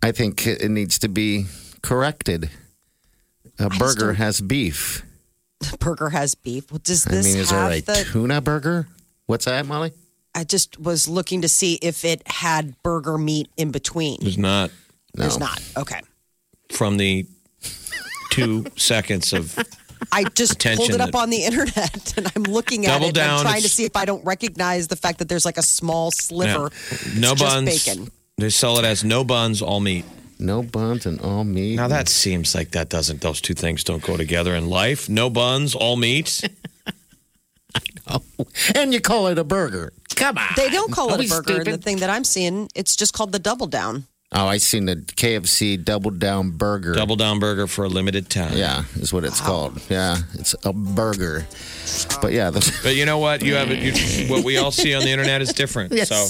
S3: I think it it needs to be corrected. A burger has beef.
S5: burger has beef. Well, does
S3: I
S5: this
S3: mean, is there
S5: have
S3: a
S5: the?
S3: tuna burger? What's that, Molly?
S5: I just was looking to see if it had burger meat in between.
S4: There's not
S5: There's not. Okay.
S4: from the two seconds of
S5: I just pulled
S4: Attention
S5: it up
S4: that-
S5: on the internet and I'm looking at
S4: Double
S5: it.
S4: down,
S5: and I'm trying to
S4: it's-
S5: see if I don't recognize the fact that there's like a small
S4: no,
S5: sliver.
S4: no
S5: It's just
S4: buns.
S5: bacon.
S4: They sell it as no buns, all meat.
S3: No buns and all meat.
S5: Mm-hmm.
S4: Now that seems like that doesn't those two things don't go together in life. No buns, all meat.
S3: and you call it a burger. Come on.
S5: They don't call
S3: Are
S5: it
S3: we
S5: a burger. in
S3: stupid?
S5: The thing that I'm seeing, it's just called the double down.
S3: Oh, I seen the KFC double down burger.
S4: Double down burger for a limited time.
S3: Yeah, is what it's called. Yeah, it's a burger. But yeah, the,
S4: But you know what? You have it. You, what we all see on the internet is different. So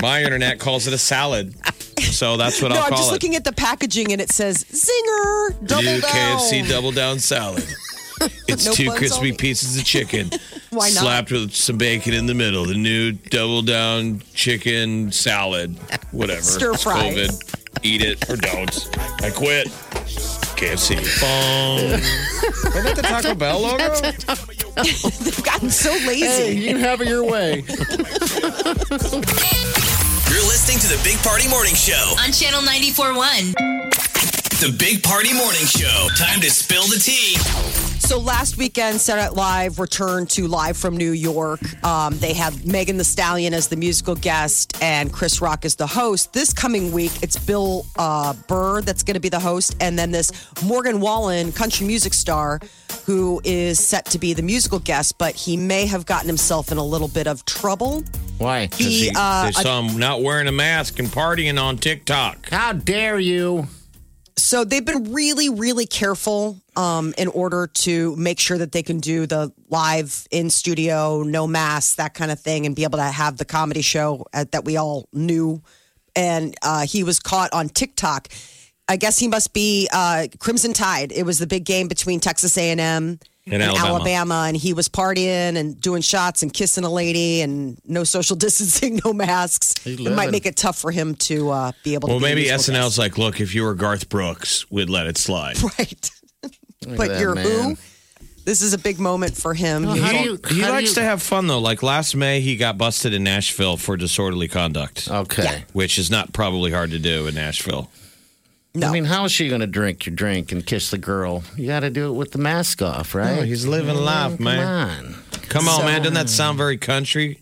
S4: my internet calls it a salad. So that's what
S5: no,
S4: I'll
S5: I'm
S4: call
S5: just
S4: it.
S5: looking at the packaging and it says zinger double
S4: New
S5: down.
S4: KFC double down salad. It's
S5: No
S4: two
S5: buns
S4: crispy
S5: only.
S4: pieces of chicken
S5: Why not?
S4: slapped with some bacon in the middle. The new double down chicken salad, whatever.
S5: Stir
S4: It's
S5: fry.
S4: COVID. Eat it or don't. I quit. KFC. Boom. Isn't that the Taco Bell logo?
S5: They've gotten so lazy.
S3: you can have it your way.
S6: You're listening to the Big Party Morning Show.
S2: On channel 941.
S6: The Big Party Morning Show. Time to spill the tea.
S5: So last weekend, Saturday Night Live returned to Live from New York. Um, they have Megan The Stallion as the musical guest and Chris Rock as the host. This coming week, it's Bill uh, Burr that's going to be the host, and then this Morgan Wallen, country music star, who is set to be the musical guest, but he may have gotten himself in a little bit of trouble.
S3: Why?
S5: He, uh,
S4: they saw him not wearing a mask and partying on TikTok.
S3: How dare you?
S5: so they've been really really careful um, in order to make sure that they can do the live in studio no mask that kind of thing and be able to have the comedy show uh, that we all knew and uh, he was caught on tiktok i guess he must be uh, crimson tide it was the big game between texas a&m
S4: And
S5: and,
S4: Alabama.
S5: alabama and he was partying and doing shots and kissing a lady and no social distancing no masks
S3: He's
S5: it might
S3: living.
S5: make it tough for him to uh, be able
S4: Well,
S5: to be a
S4: maybe
S5: musical
S4: SNL's like, look, if you were Garth Brooks, we'd let it slide.
S5: guest. right
S3: Look at
S5: but
S3: that
S5: you're
S3: man.
S5: who? This is a big moment for him.
S3: Well,
S5: He-
S3: how do
S4: He,
S3: you-
S4: he
S3: how do
S4: likes
S3: you-
S4: to have fun though. Like last May, he got busted in Nashville for disorderly conduct,
S3: Okay.
S4: which is not probably hard to do in Nashville.
S5: no,
S3: I mean, how is she going to drink your Oh, drink and kiss the girl? You got to do it with the mask off, right?
S4: he's living life,
S3: Come on.
S4: Come on,
S5: So-
S4: man. Doesn't that sound very country?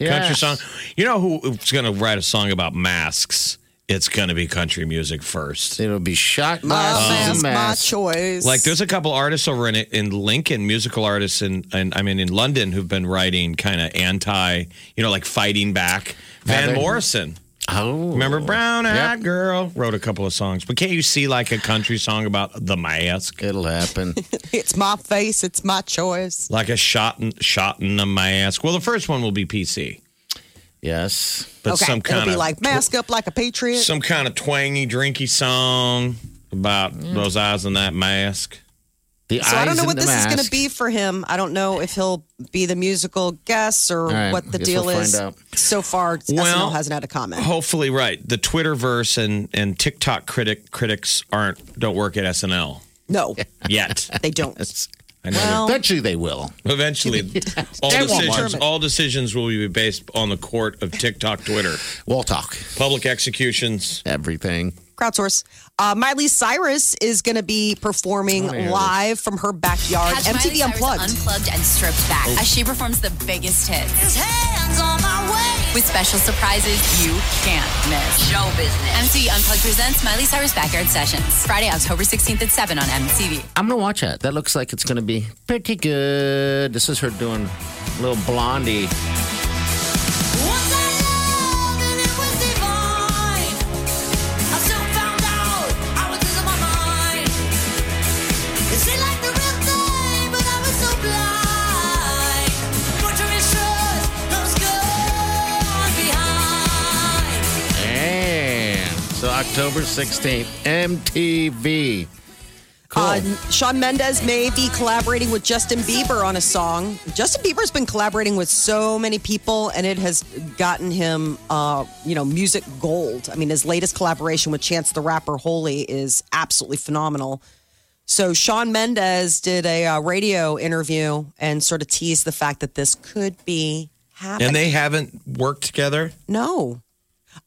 S4: Country
S3: Yes.
S4: song. You know who's going to write a song about masks? It's going to be country music first.
S3: It'll be shot
S5: Love
S3: glasses
S5: is
S3: and
S5: my
S3: masks.
S5: choice.
S4: Like there's a couple artists over in in Lincoln, musical artists, and and I mean in London who've been writing kind of anti, you know, like fighting back. Van
S3: they-
S4: Morrison,
S3: Oh,
S4: remember Brown Eyed
S3: Yep.
S4: Girl, wrote a couple of songs. But can't you see like a country song about the mask,
S3: It'll happen.
S5: it's my face. It's my choice.
S4: like a shot in, shot in the mask? Well, the first one will be PC,
S3: yes.
S4: but
S5: okay,
S4: some kind
S5: it'll be
S4: of
S5: like mask up like a patriot.
S4: some kind of twangy, drinky song about
S5: Mm.
S4: those eyes and that mask.
S3: The
S5: so
S3: eyes
S5: I don't know
S3: and
S5: what
S3: the
S5: this is going to
S3: mask.
S5: be for him. I don't know if he'll be the musical guest or
S3: right,
S5: what the
S3: guess
S5: deal
S3: we'll
S5: is.
S3: find out.
S5: So far,
S4: Well-
S5: SNL hasn't had a comment.
S4: Hopefully, right. The Twitterverse and and TikTok critic critics aren't don't work at SNL
S5: No,
S4: yet.
S5: they don't.
S4: I know
S5: Well-
S3: Eventually they will.
S4: that- eventually, all
S5: That won't
S4: decisions
S5: work.
S4: all decisions will be based on the court of TikTok, Twitter,
S3: We'll talk
S4: public executions.
S3: everything.
S5: crowdsource. Uh, Miley Cyrus is going to be performing
S3: wanna hear
S5: live from her backyard.
S2: Catch
S5: MTV
S2: Miley Cyrus
S5: Unplugged.
S2: Unplugged Oh. and stripped back as she performs the biggest hits. With special surprises you can't miss. Show business. MTV Unplugged presents Miley Cyrus Backyard Sessions. Friday, October 16th at 7 on MTV.
S3: I'm gonna watch that. That looks like it's gonna be pretty good. This is her doing a little blondie. And so October 16th, MTV. Cool.
S5: Uh, Sean Mendez may be collaborating with Justin Bieber on a song. Justin Bieber's been collaborating with so many people, and it has gotten him, uh, you know, music gold. I mean, his latest collaboration with Chance the Rapper Holy is absolutely phenomenal. So Sean Mendez did a uh, radio interview and sort of teased the fact that this could be happening.
S4: And they haven't worked together.
S5: No.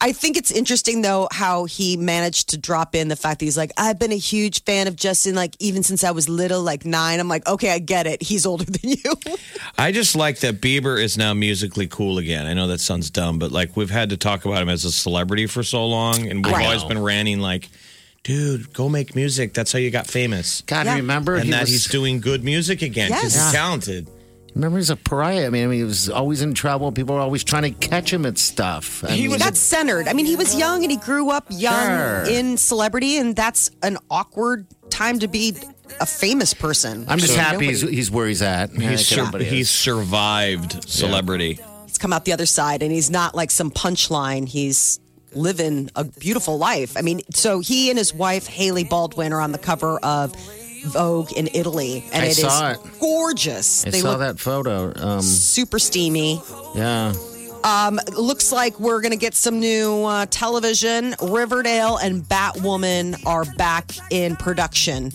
S5: I think it's interesting though how he managed to drop in the fact that he's like, I've been a huge fan of Justin, like even since I was little, like nine. I'm like, okay, I get it. He's older than you.
S4: I just like that Bieber is now musically cool again. I know that sounds dumb, but like we've had to talk about him as a celebrity for so long, and we've
S3: Right.
S4: always been ranting like, "Dude, go make music. That's how you got famous."
S3: God,
S5: yeah.
S3: remember
S4: and
S3: he
S4: that
S3: was-
S4: he's doing good music again because
S5: Yes.
S4: he's
S3: Yeah.
S4: talented.
S3: Remember, he's a pariah. I mean, I mean, he was always in trouble. People were always trying to catch him at stuff. I mean,
S5: that's centered. I mean, he was young and he grew up young
S3: Sure.
S5: in celebrity, and that's an awkward time to be a famous person.
S3: I'm just
S5: So
S3: happy he's,
S5: nobody-
S3: he's where he's at.
S4: He's,
S3: Like
S4: sur-
S3: everybody is.
S4: he's survived celebrity.
S5: he's come out the other side and he's not like some punchline. He's living a beautiful life. I mean, so he and his wife, Haley Baldwin, are on the cover of Vogue in Italy. And
S3: I
S5: it is
S3: saw it.
S5: gorgeous.
S3: I
S5: they
S3: saw
S5: look
S3: that photo. Um,
S5: super steamy.
S3: yeah.
S5: It looks like we're going to get some new uh, television. Riverdale and Batwoman are back in production.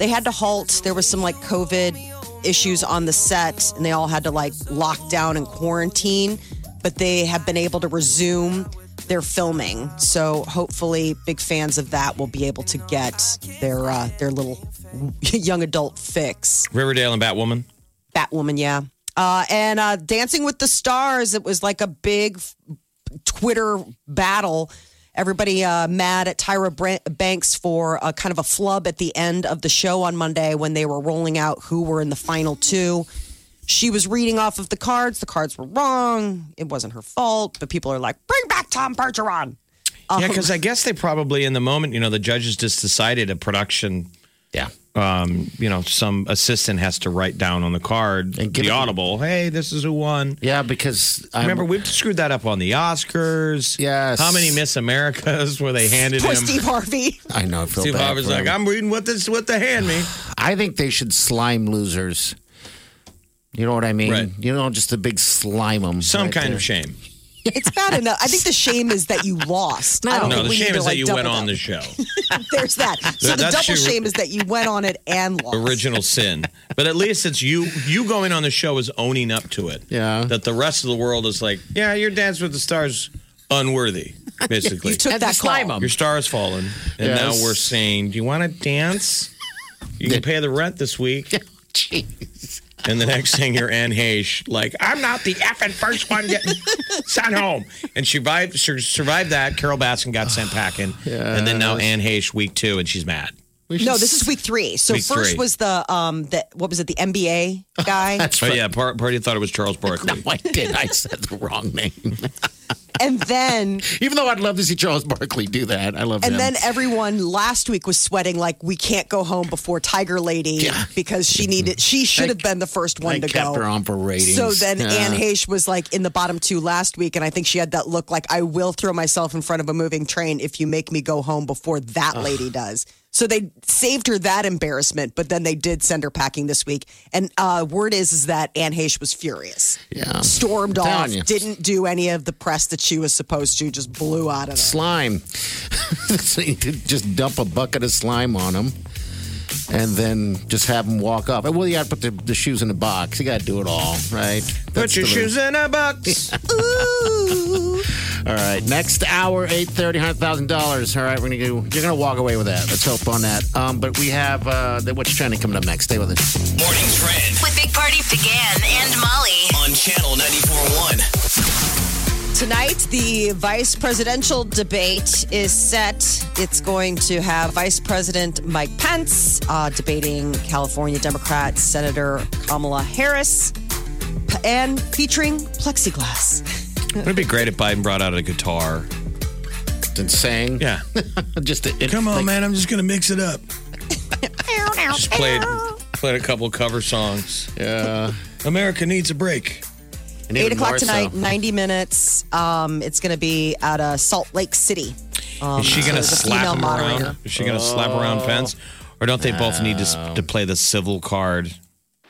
S5: They had to halt. There was some like COVID issues on the set, and they all had to like lock down and quarantine. But they have been able to resume their filming. So hopefully, big fans of that will be able to get their uh, their little young adult fix.
S4: Riverdale and Batwoman.
S5: Batwoman, yeah. Uh, and uh, Dancing with the Stars, it was like a big f- Twitter battle. Everybody uh, mad at Tyra Bran- Banks for uh, kind of a flub at the end of the show on Monday when they were rolling out who were in the final two. She was reading off of the cards. The cards were wrong. It wasn't her fault, but people are like, bring back Tom Percheron.
S3: Oh.
S4: yeah, because I guess they probably in the moment, you know, the judges just decided a production,
S3: Yeah.
S4: um, you know, some assistant has to write down on the card
S3: And give
S4: the
S3: it-
S4: audible. Hey, this is who won.
S3: Yeah, because I
S4: Remember, we've screwed that up on the Oscars.
S3: Yes.
S4: How many Miss Americas where they handed
S5: Poor
S4: him?
S5: Steve Harvey.
S3: I know. I feel
S4: Steve
S3: bad
S4: Harvey's
S3: for
S4: like,
S3: him.
S4: I'm reading what this what they hand me.
S3: I think they should slime losers. You know what I mean?
S4: Right.
S3: You know, just the big slime them.
S4: Some kind of shame.
S5: It's bad enough. I think the shame is that you lost. I don't
S4: No, the
S5: think Oh, we
S4: shame
S5: need to,
S4: is
S5: like,
S4: that you
S5: double
S4: went on
S5: down.
S4: the show.
S5: There's that. So the
S4: That's
S5: double
S4: your-
S5: shame is that you went on it and lost.
S4: original sin. But at least it's you you going on the show is owning up to it.
S3: Yeah.
S4: That the rest of the world is like, yeah, your dance with the stars unworthy, basically.
S5: You took
S3: And
S5: that
S3: just slime
S5: call.
S3: 'em.
S4: your star has fallen. And
S3: Yes.
S4: now we're saying, Do you wanna dance? You can pay the rent this week.
S3: Jeez.
S4: And the next thing you're Anne Heche, like, I'm not the effing first one getting sent home. And she survived, she survived that. Carol Baskin got sent packing. And then now Anne Heche, week two, and she's mad.
S3: We
S5: No,
S3: should
S5: this is week three. So
S4: Week
S5: first
S4: three.
S5: was the um the what was it the NBA guy,
S3: That's
S4: Oh,
S3: right.
S4: yeah. Par- Party thought it was Charles Barkley.
S3: Why did I said the wrong name?
S5: and then
S3: Even though I'd love to see Charles Barkley do that, I love
S5: and
S3: him.
S5: then everyone last week was sweating like we can't go home before Tiger Lady
S3: Yeah.
S5: because she needed she should
S3: I-
S5: have been the first one
S3: I
S5: to
S3: kept
S5: go.
S3: her on for ratings.
S5: So then
S3: Yeah.
S5: Anne Heche was like in the bottom two last week, and I think she had that look like I will throw myself in front of a moving train if you make me go home before that lady does. So they saved her that embarrassment, but then they did send her packing this week. And uh, word is is that Anne Heche was furious,
S3: Yeah.
S5: stormed
S3: I'm
S5: off,
S3: telling you.
S5: didn't do any of the press that she was supposed to, just blew out of it.
S3: slime. So you could just dump a bucket of slime on them and then just have them walk off. Well, you got to put the, the shoes in the box. You got to do it all, right? That's
S4: Put your
S3: the-
S4: shoes in a box.
S3: All right, next hour, eight thirty, hundred thousand dollars. All right, we're gonna do. You're gonna walk away with that. Let's hope on that. Um, but we have uh, the what's trending coming up next. Stay with us.
S6: Morning Trend
S2: With Big Party began and Molly.
S6: on Channel 941.
S5: Tonight, the vice presidential debate is set. It's going to have Vice President Mike Pence uh, debating California Democrat Senator Kamala Harris p- and featuring plexiglass.
S4: Wouldn't it be great if Biden brought out a guitar?
S3: And saying,
S4: Yeah.
S3: just to, it,
S4: Come on,
S3: like,
S4: man. I'm just going to mix it up. just played, played a couple cover songs.
S3: Yeah.
S4: America needs a break.
S3: and
S5: Eight
S3: even
S5: o'clock
S3: more so.
S5: tonight, 90 minutes. Um, it's going to be out of Salt Lake City. Um,
S4: Is she going to
S5: so the
S4: slap
S5: female
S4: him
S5: moderator.
S4: around? Is she going to slap around Pence? Or don't they both need to, s- to play the civil card?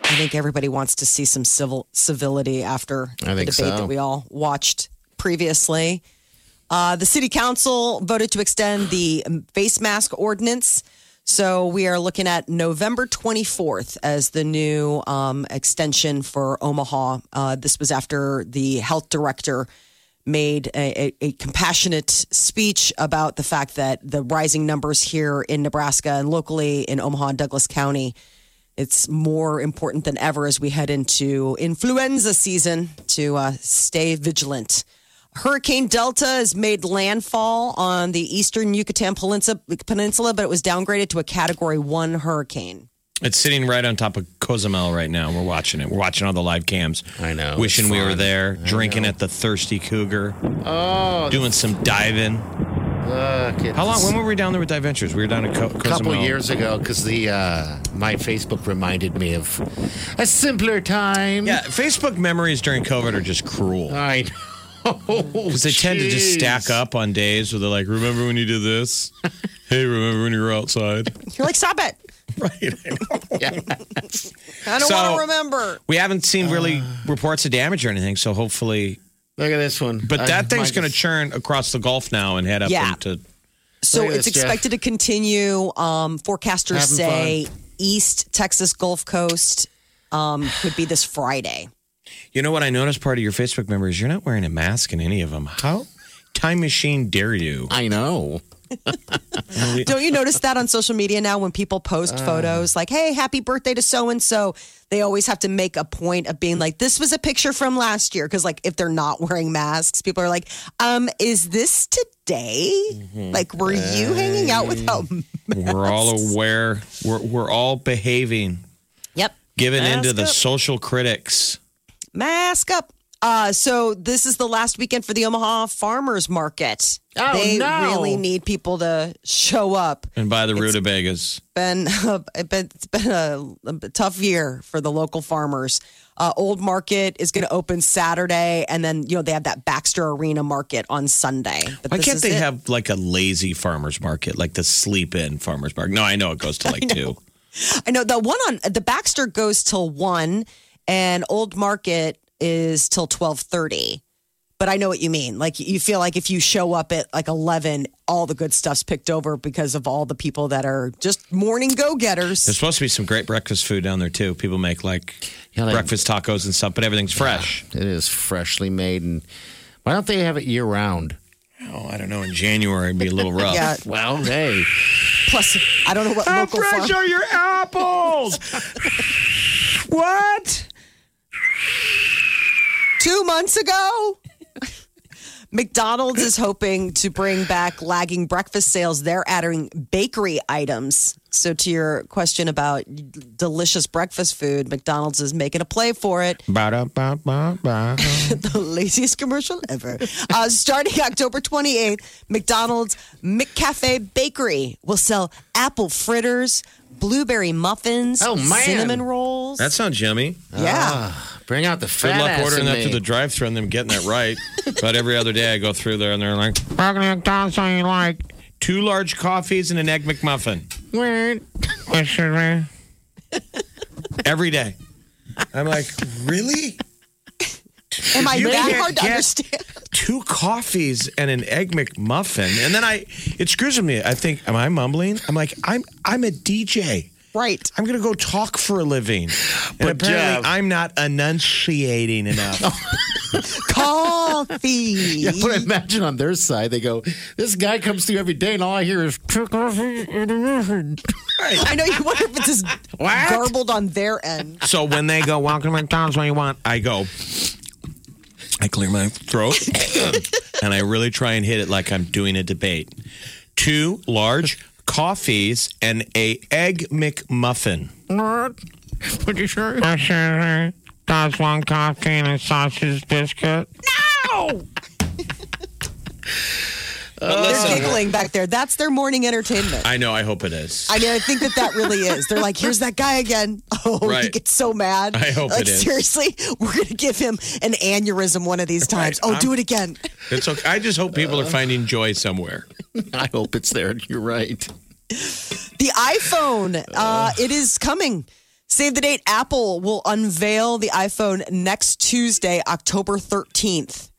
S5: I think everybody wants to see some civil civility after
S3: I think
S5: the debate
S3: so.
S5: that we all watched previously. Uh, the city council voted to extend the face mask ordinance. So we are looking at November 24th as the new um, extension for Omaha. Uh, this was after the health director made a, a, a compassionate speech about the fact that the rising numbers here in Nebraska and locally in Omaha and Douglas County it's more important than ever as we head into influenza season to uh, stay vigilant. Hurricane Delta has made landfall on the eastern Yucatan Peninsula, Peninsula, but it was downgraded to a Category 1 hurricane.
S4: It's sitting right on top of Cozumel right now. We're watching it. We're watching all the live cams.
S3: I know.
S4: Wishing
S3: It's
S4: we were
S3: fun.
S4: there, drinking at the Thirsty Cougar,
S3: Oh,
S4: doing some diving.
S3: look, it's-
S4: How long? When were we down there with Dive Ventures? We were down at Co- Cozumel.
S3: A couple years ago, because the uh, my Facebook reminded me of a simpler time.
S4: Yeah, Facebook memories during COVID are just cruel.
S3: I know.
S4: Because they tend to just stack up on days where they're like, remember when you did this? hey, remember when you were outside?
S5: You're like, stop it.
S4: right.
S5: I don't
S4: So-
S5: want to remember.
S4: We haven't seen
S3: Uh.
S4: really reports of damage or anything, so hopefully.
S3: Look at this one.
S4: But that
S3: Uh,
S4: thing's
S3: mine
S4: going to
S3: just-
S4: churn across the Gulf now and head up
S5: Yeah.
S4: into.
S5: So
S3: Look at
S5: it's
S3: this, Jeff.
S5: expected to continue. Um, forecasters
S3: Having
S5: say East Texas Gulf Coast um, could be this Friday.
S4: You know what I noticed part of your Facebook memories? You're not wearing a mask in any of them. How? Time machine dare you?
S3: I know.
S5: Don't you notice that on social media now when people post
S3: Uh.
S5: photos like, hey, happy birthday to so and so? They always have to make a point of being like, this was a picture from last year. Cause like if they're not wearing masks, people are like, um, is this today?
S3: Mm-hmm.
S5: Like, were you hanging out without?
S4: We're all aware. We're, we're all behaving,
S5: Yep.
S4: giving in to
S5: Mask
S4: the
S5: up.
S4: social critics.
S5: Mask up. Uh, so this is the last weekend for the Omaha Farmers Market.
S3: Oh,
S5: they
S3: no.
S5: really need people to show up.
S4: And by the rutabagas.
S5: been it's been, it's been a, a tough year for the local farmers. Uh, Old Market is going to open Saturday, and then you know they have that Baxter Arena Market on Sunday. But
S4: Why
S5: this
S4: can't
S5: is
S4: they
S5: it.
S4: have like a lazy farmers market, like the sleep in farmers market? No, I know it goes to like two.
S5: I know the one on the Baxter goes till one, and Old Market is till twelve thirty. But I know what you mean. Like you feel like if you show up at like eleven, all the good stuff's picked over because of all the people that are just morning go getters.
S4: There's supposed to be some great breakfast food down there too. People make like
S3: Yeah, they-
S4: breakfast tacos and stuff, but everything's fresh.
S3: It is freshly made, and why don't they have it year round?
S4: Oh, I don't know. In January, it'd be a little rough.
S5: Yeah.
S3: Well, hey,
S5: Plus, I don't know what local farm.
S4: your apples? what?
S5: two months ago. McDonald's is hoping to bring back lagging breakfast sales. They're adding bakery items. So, to your question about delicious breakfast food, McDonald's is making a play for it.
S4: Ba-da-ba-ba-ba.
S5: the laziest commercial ever. Uh, starting October 28th, McDonald's McCafe Bakery will sell apple fritters, blueberry muffins,
S3: Oh, man.
S5: cinnamon rolls.
S4: That sounds yummy.
S5: Oh, yeah.
S4: Ah.
S3: Bring out the fat
S4: Good luck
S3: ass
S4: ordering
S3: in
S4: that to
S3: me.
S4: the drive-through and them getting that right. but every other day I go through there and they're like, like two large coffees and an egg McMuffin
S3: Weird.
S4: every day. I'm like, really?
S5: Am I
S4: You
S5: that
S4: can't
S5: hard to
S4: get-
S5: understand?
S4: Two coffees and an egg McMuffin, and then I it screws with me. I think, am I mumbling? I'm like, I'm I'm a DJ.
S5: Right.
S4: I'm gonna go talk for a living, and
S3: But,
S4: apparently
S3: Jeff-
S4: I'm not enunciating enough.
S5: Coffee.
S3: But imagine on their side, they go, this guy comes through every day and all I hear is, "Two coffees and a muffin."
S5: I know you wonder if it's just garbled on their end.
S4: So when they go, welcome to McDonald's, what do you want? I go, I clear my throat and I really try and hit it like I'm doing a debate. Two large coffees and a egg McMuffin.
S3: Pretty sure.
S9: Does one coffee and a sausage biscuit?
S4: But
S5: They're
S4: listen,
S5: giggling back there. That's their morning entertainment.
S4: I know, I hope it is.
S5: I mean, I think that that really is. They're like, here's that guy again. Oh, he
S4: Right.
S5: gets so mad.
S4: I hope
S5: like,
S4: it is.
S5: Seriously, we're going to give him an aneurysm one of these times. Oh,
S4: I'm-
S5: do it again.
S4: It's okay. I just hope people are
S5: Uh.
S4: finding joy somewhere.
S3: I hope it's there. You're right.
S5: The iPhone, uh, it is coming. Save the date. Apple will unveil the iPhone next Tuesday, October 13th.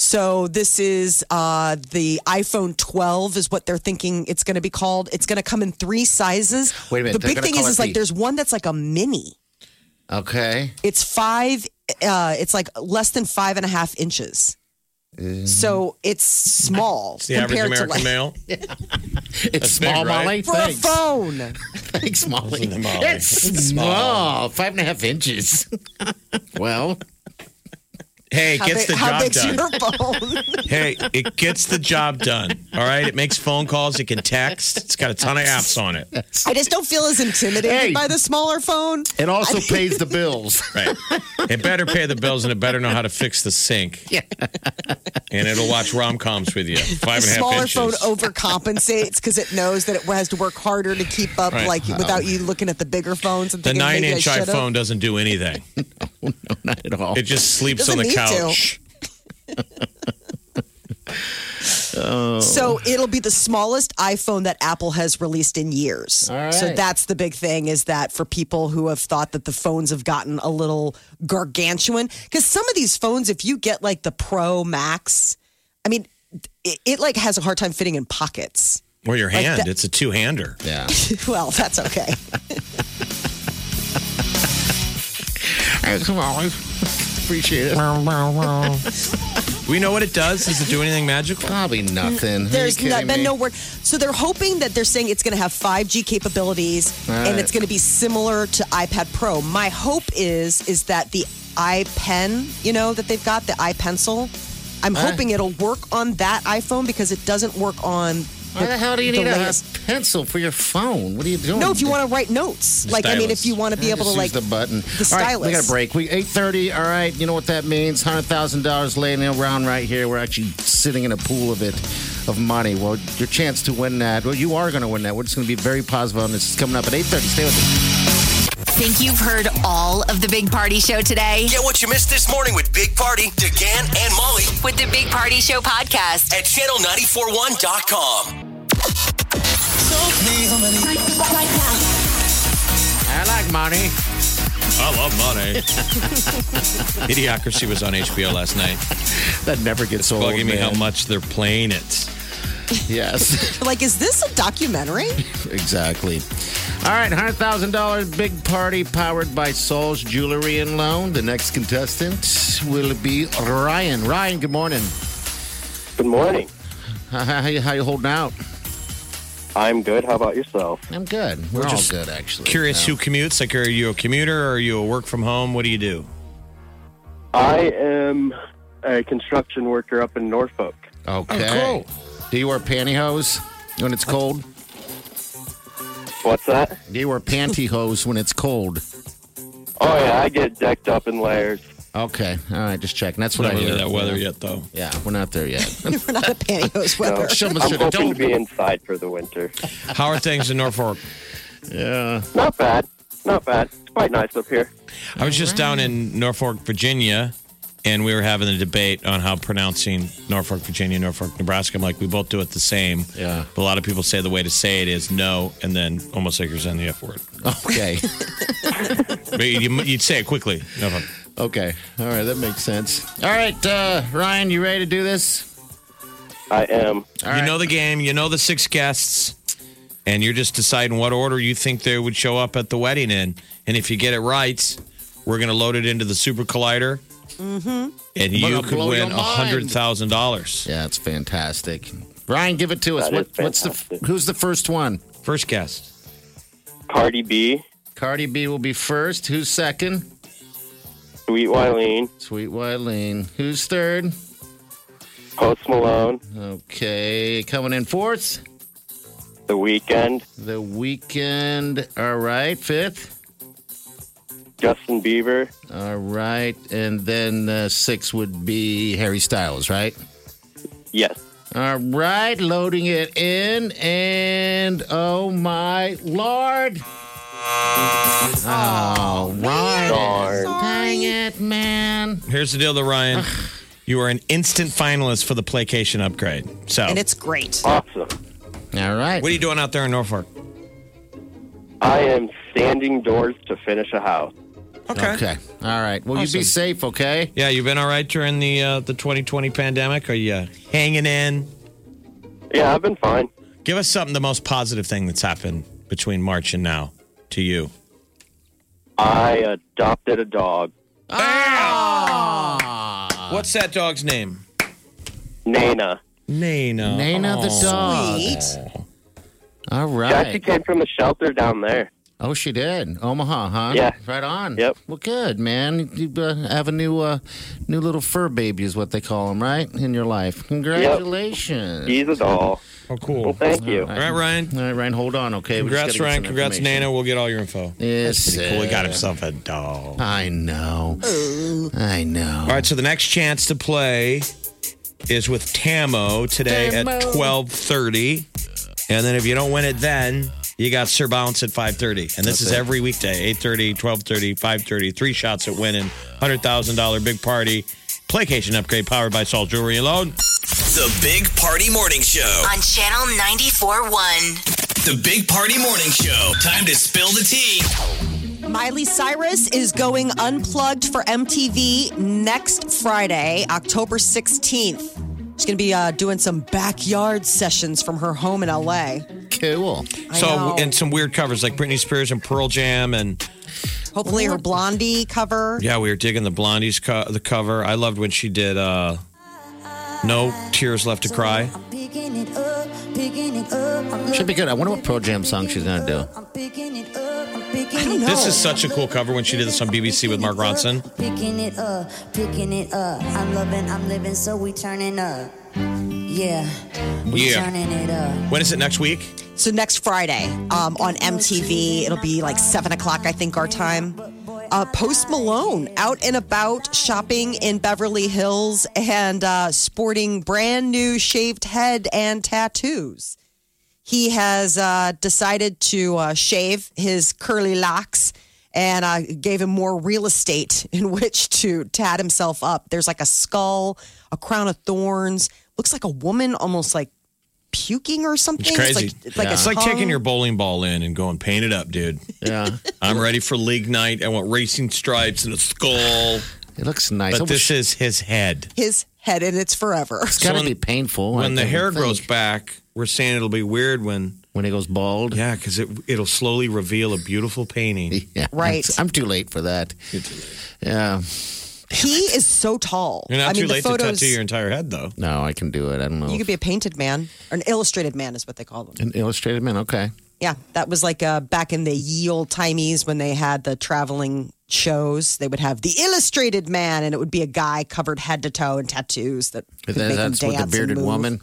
S5: So this is uh, the iPhone 12 is what they're thinking it's going to be called. It's going to come in three sizes.
S3: Wait a minute,
S5: The
S3: they're
S5: big
S3: gonna
S5: thing
S3: call
S5: is,
S3: it
S5: is like
S3: the-
S5: there's one that's like a mini.
S3: Okay.
S5: It's five. Uh, it's like less than five and a half inches.
S3: Mm-hmm.
S5: So it's small
S4: It's the average
S5: compared to
S4: American
S5: like
S4: male.
S3: It's
S4: big,
S3: small,
S4: right?
S3: Molly.
S5: for
S3: Thanks.
S5: a phone.
S3: Thanks, Molly.
S4: Listen to Molly.
S3: It's small. Five and a half inches. well,
S4: Hey, it
S5: How,
S4: gets
S5: big,
S4: the
S5: how
S4: job
S5: big's
S4: done.
S5: your phone?
S4: Hey, it gets the job done. All right. It makes phone calls. It can text. It's got a ton of apps on it.
S5: I just don't feel as intimidated
S3: Hey.
S5: by the smaller phone.
S3: it also pays the bills.
S4: Right. It better pay the bills and it better know how to fix the sink. Yeah. And it'll watch rom coms with you. Five and a
S5: The
S4: half
S5: smaller
S4: inches.
S5: phone overcompensates because it knows that it has to work harder to keep up,
S4: Right.
S5: like without you looking at the bigger phones. And
S4: the
S5: thinking,
S4: nine
S5: maybe I
S4: inch
S5: should've.
S4: iPhone doesn't do anything.
S3: Not at all.
S4: It just sleeps
S5: Doesn't
S4: on the
S5: need to.
S4: couch.
S3: Oh.
S5: So it'll be the smallest iPhone that Apple has released in years.
S3: All
S5: So
S3: right.
S5: that's the big thing is that for people who have thought that the phones have gotten a little gargantuan, because some of these phones, if you get like the Pro Max, I mean, it, it like has a hard time fitting in pockets.
S4: Or your
S5: Like
S4: hand.
S5: that-
S4: It's a two hander.
S3: yeah.
S5: well, that's okay.
S3: Thanks, Molly. Appreciate it.
S4: We know what it does. Does it do anything magical?
S3: Probably nothing. Are
S5: There's
S3: you
S5: not,
S3: kidding
S5: been
S3: me?
S5: no work. So they're hoping that they're saying it's going to have 5G capabilities and
S3: right.
S5: it's going to be similar to iPad Pro. My hope is is that the iPen, you know, that they've got the iPencil, I'm hoping it'll work on that iPhone because it doesn't work on.
S3: Why the hell do you
S5: the
S3: need a
S5: latest-
S3: pencil for your phone? What are you doing?
S5: No, if you want to write notes, like I mean, if
S4: stylus.
S5: you want to be able to
S3: Just
S5: like
S3: use the button.
S5: the
S3: all right, we got
S5: stylus.
S3: a break. We eight thirty. All right, you know what that means? Hundred thousand dollars laying around right here. We're actually sitting in a pool of it, of money. Well, your chance to win that. Well, you are going to win that. We're just going to be very positive on this. It's coming up at eight thirty. Stay with us.
S2: Think you've heard all of the Big Party Show today?
S6: Get what you missed this morning with Big Party, DeGan, and Molly
S2: With the Big Party Show podcast.
S6: at channel941.com.
S3: I like money.
S4: I love money. Idiocracy was on HBO last night.
S3: That never gets old.
S4: Bugging me how
S3: man.
S4: much they're playing it.
S3: Yes,
S5: like is this a documentary?
S3: exactly. All right, hundred thousand dollars big party powered by Saul's Jewelry and Loan. The next contestant will be Ryan. Ryan, good morning.
S10: Good morning.
S3: How, how, how you- how you holding out?
S10: I'm good. How about yourself?
S3: I'm good. We're, all
S4: just
S3: good, actually.
S4: Curious who commutes? Like, are you a commuter or are you a work from home? What do you do?
S10: I am a construction worker up in Norfolk.
S4: Oh,
S3: Okay. Do you wear pantyhose when it's cold?
S10: What's that?
S3: Do you wear pantyhose when it's cold?
S10: Oh yeah, I get decked up in layers.
S3: Okay. All right. Just checking. That's what
S4: Not
S3: I
S4: really
S3: hear.
S4: that weather yet, though.
S3: Yeah, we're not there yet.
S5: We're not a pantyhose
S10: So
S5: weather.
S3: Someone
S10: I'm
S3: should-
S10: hoping
S3: don't-
S10: to be inside for the winter.
S4: How are things in Norfolk?
S3: yeah.
S10: Not bad. Not bad. It's quite nice up here.
S4: I was just down in Norfolk, Virginia, and we were having a debate on how pronouncing Norfolk, Virginia, Norfolk, Nebraska. I'm like, we both do it the same.
S3: Yeah.
S4: But a lot of people say the way to say it is no, and then almost like you're saying the F word.
S3: Okay.
S4: But you, would say it quickly. Norfolk.
S3: okay. All right. That makes sense. All right, uh, Ryan, you ready to do this?
S10: I am.
S3: All
S4: you
S3: right.
S4: know the game, you know the six guests, and you're just deciding what order you think they would show up at the wedding in. And if you get it right, we're going to load it into the Super Collider. And
S3: Mm-hmm. We're
S4: you
S3: gonna
S4: could
S3: blow
S4: win
S3: your mind.
S4: $100,000.
S3: Yeah, it's fantastic. Ryan, give it to us.
S10: That
S3: What,
S10: is
S3: what's the
S10: fantastic.
S3: who's the first one?
S4: First guest.
S10: Cardi B,
S3: Cardi B will be first. Who's second?
S10: Sweet Wileen,
S3: Sweet Wileen. Who's third?
S10: Post Malone,
S3: Okay, coming in fourth.
S10: The Weekend,
S3: The weekend. All right, fifth.
S10: Justin Bieber.
S3: All right, and then uh, six would be Harry Styles, right?
S10: Yes.
S3: All right, loading it in, and oh my lord! Oh, Ryan! Dang it, man!
S4: Here's the deal, though, Ryan. you are an instant finalist for the Playcation upgrade. So,
S5: And it's great.
S10: Awesome.
S3: All right,
S4: what are you doing out there in Norfolk?
S10: I am standing doors to finish a house.
S3: okay. All right. Well, you be safe, okay?
S4: Yeah, you've been all right during the uh, the 2020 pandemic. Are you uh, hanging in?
S10: Yeah, I've been fine.
S4: Give us something the most positive thing that's happened between March and now to you.
S10: I adopted a dog
S3: Uh,
S4: What's that dog's name?
S10: Nana.
S4: Nana.
S3: Nana the dog. All
S10: She actually
S3: right.
S10: came from a shelter down there.
S3: Oh, she did. Omaha, huh?
S10: Yeah.
S3: Right on.
S10: Yep.
S3: Well, good, man. You uh, have a new, uh, new little fur baby, is what they call them, right? In your life. Congratulations.
S10: He's a doll.
S4: Oh, cool.
S10: Well, thank you.
S4: All right, Ryan.
S3: All right, Ryan, hold on, okay? We just gotta
S4: Congrats,
S3: get
S4: Ryan.
S3: some
S4: Congrats,
S3: information.
S4: Nana. We'll get all your info.
S3: Yes.
S4: Cool. He
S3: sir.
S4: got himself a dog.
S3: I know. I know.
S4: All right, so the next chance to play is with Tamo today at 12.30. And then if you don't win it then, you got Sir Bounce at 5.30. And this is every weekday, 8.30, 12.30, 5.30. Three shots at winning, $100,000 big party. Playcation upgrade powered by Salt Jewelry alone.
S6: The Big Party Morning Show.
S2: On Channel 94.1.
S6: The Big Party Morning Show. Time to spill the tea.
S5: Miley Cyrus is going unplugged for MTV next Friday, October 16th. She's going to be uh, doing some backyard sessions from her home in LA.
S3: Cool.
S5: I
S4: So,
S5: know.
S4: and some weird covers like Britney Spears and Pearl Jam. And
S5: Hopefully, her Blondie cover.
S4: yeah, we were digging the Blondie's co- the cover. I loved when she did uh, No Tears Left to Cry.
S3: Should be good. I wonder what Pro Jam song she's going to do.
S5: I don't know.
S4: This is such a cool cover when she did this on BBC with Mark Ronson.
S11: Picking it up, picking it up. I'm loving, I'm living, so we turning up. Yeah, we
S4: Yeah.
S11: turning it up.
S4: When is it next week?
S5: So next Friday um, on MTV, it'll be like seven o'clock, I think, our time. Uh, Post Malone out and about shopping in Beverly Hills and uh, sporting brand new shaved head and tattoos. He has uh, decided to uh, shave his curly locks and uh, gave him more real estate in which to tat himself up. There's like a skull, a crown of thorns. Looks like a woman, almost like puking or something.
S4: It's crazy.
S5: like, like a
S4: It's like taking
S5: tongue.
S4: your bowling ball in and going paint it up, dude.
S3: Yeah.
S4: I'm ready for league night. I want racing stripes and a skull.
S3: It looks nice. Oh,
S4: But
S3: Almost-
S4: this is his head.
S5: his head and it's forever.
S3: it's got to
S4: when-
S3: be painful.
S4: When
S3: I
S4: the
S3: would
S4: hair
S3: think.
S4: grows back, we're saying it'll be weird when
S3: When it goes bald.
S4: yeah, because it it'll slowly reveal a beautiful painting.
S3: Yeah,
S5: Right.
S3: that's- I'm too late for that. Yeah.
S5: He is so tall.
S4: You're not
S5: I mean,
S4: too
S5: the
S4: late
S5: photos.
S4: to tattoo your entire head, though.
S3: No, I can do it. I don't know.
S5: you could be a painted man or an illustrated man is what they call them.
S3: An illustrated man. Okay.
S5: Yeah, that was like uh, back in the ye old timies when they had the traveling shows, they would have the illustrated man, and it would be a guy covered head to toe in tattoos that could
S3: That-
S5: make
S3: that's
S5: him
S3: with
S5: dance
S3: the
S5: and
S3: bearded
S5: move.
S3: woman.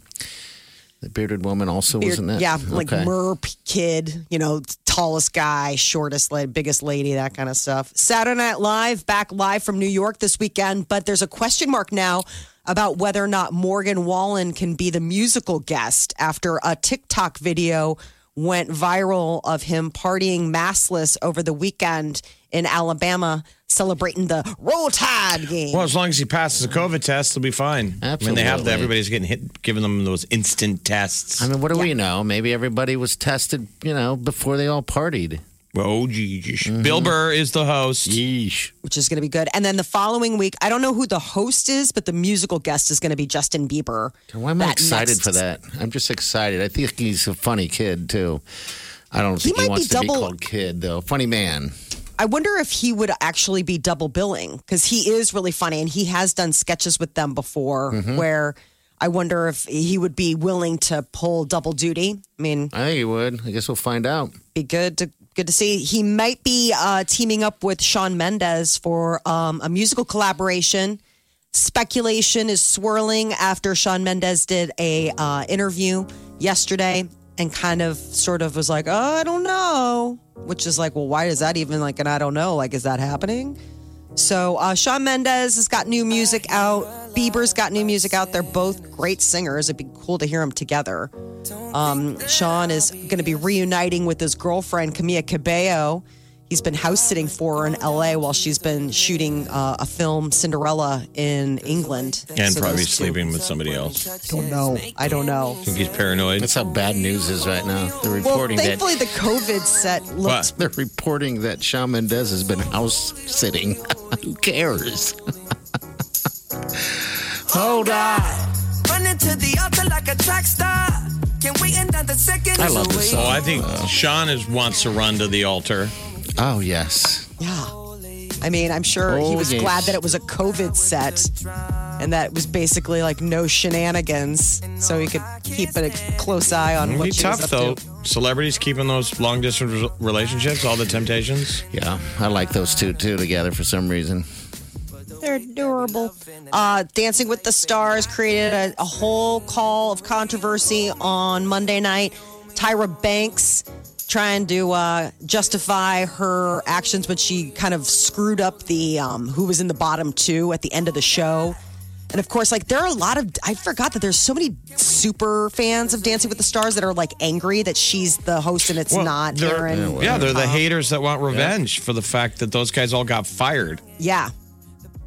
S3: The bearded woman also
S5: Beard-
S3: wasn't that?
S5: Yeah, like
S3: Okay.
S5: Merp kid, you know, tallest guy, shortest, la- biggest lady, that kind of stuff. Saturday Night Live back live from New York this weekend, but there's a question mark now about whether or not Morgan Wallen can be the musical guest after a TikTok video went viral of him partying massless over the weekend in Alabama celebrating the Roll Tide game.
S4: Well, as long as he passes a COVID test, he'll be fine. I mean, they have
S3: Absolutely.
S4: that. Everybody's getting hit, giving them those instant tests.
S3: I mean, what do we know? Maybe everybody was tested, you know, before they all partied.
S4: Oh, geez.
S5: Mm-hmm.
S4: Bill Burr is the host.
S3: Yeesh.
S5: which is going to be good. And then the following week, I don't know who the host is, but the musical guest is going to be Justin Bieber.
S3: Why am I
S5: That
S3: excited
S5: next-
S3: for that? I'm just excited. I think he's a funny kid, too. I don't
S5: He
S3: think he
S5: might
S3: wants
S5: be
S3: to be
S5: double-
S3: called kid, though. Funny man.
S5: I wonder if he would actually be double billing because he is really funny and he has done sketches with them before
S3: Mm-hmm.
S5: where I wonder if he would be willing to pull double duty. I mean,
S3: I think he would. I guess we'll find out.
S5: be good to good to see. He might be uh, teaming up with Sean Mendez for um, a musical collaboration. Speculation is swirling after Sean Mendez did a uh, interview yesterday and kind of sort of was like, "Oh, I don't know," which is like, "Well, why is that even like an I don't know? Like, is that happening?" So uh, Sean Mendez has got new music out. Bieber's got new music out. They're both great singers. It'd be cool to hear them together. Um, Sean is going to be reuniting with his girlfriend Camilla Cabello. He's been house sitting for her in L.A. while she's been shooting uh, a film Cinderella in England.
S4: And
S5: So
S4: probably
S5: those two-
S4: sleeping with somebody else.
S5: I don't know. I don't know.
S4: think he's paranoid.
S3: That's how bad news is right now. They're
S5: Well,
S3: reporting that.
S5: thankfully the COVID set looked
S3: They're reporting that Shawn Mendes has been house sitting. Who cares? Hold on.
S12: Running to the altar like a track star. Can we end on the second?
S4: Oh, I think Sean is wants to run to the altar.
S3: Oh yes.
S5: Yeah. I mean, I'm sure he
S4: Oh,
S5: was
S4: yes.
S5: glad that it was a COVID set and that it was basically like no shenanigans. So he could keep a close eye on what
S4: Be
S5: she
S4: tough
S5: was up
S4: though.
S5: to.
S4: Celebrities keeping those long distance re- relationships, all the temptations.
S3: Yeah, I like those two two together for some reason.
S5: They're adorable. Uh, Dancing with the Stars created a, a whole call of controversy on Monday night. Tyra Banks trying to uh, justify her actions when she kind of screwed up the um, who was in the bottom two at the end of the show. And of course, like there are a lot of I forgot that there's so many super fans of Dancing with the Stars that are like angry that she's the host and it's
S4: Well,
S5: not
S4: they're-
S5: Aaron.
S4: Yeah, they're the
S5: Um,
S4: haters that want revenge for the fact that those guys all got fired.
S5: yeah.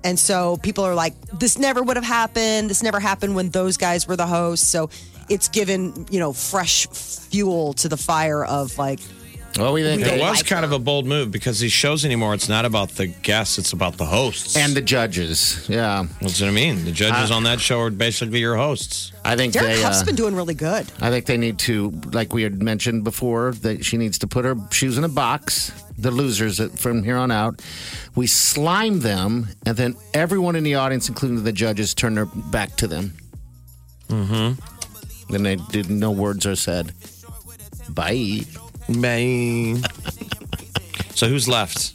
S5: And so people are like, this never would have happened. This never happened when those guys were the hosts. So it's given, you know, fresh fuel to the fire of like,
S3: Well, we think
S4: it was kind of a bold move because these shows anymore, it's not about the guests, it's about the hosts.
S3: and the judges. Yeah,
S4: That's what I mean. The judges on that show are basically your hosts.
S3: I think
S5: Derek
S3: they.
S5: Huff's
S3: uh,
S5: been doing really good.
S3: I think they need to, like we had mentioned before, that she needs to put her shoes in a box. The losers from here on out, we slime them, and then everyone in the audience, including the judges, turn their back to them. Mm-hmm. Then they did no words are said. Bye.
S4: Bye. so who's left?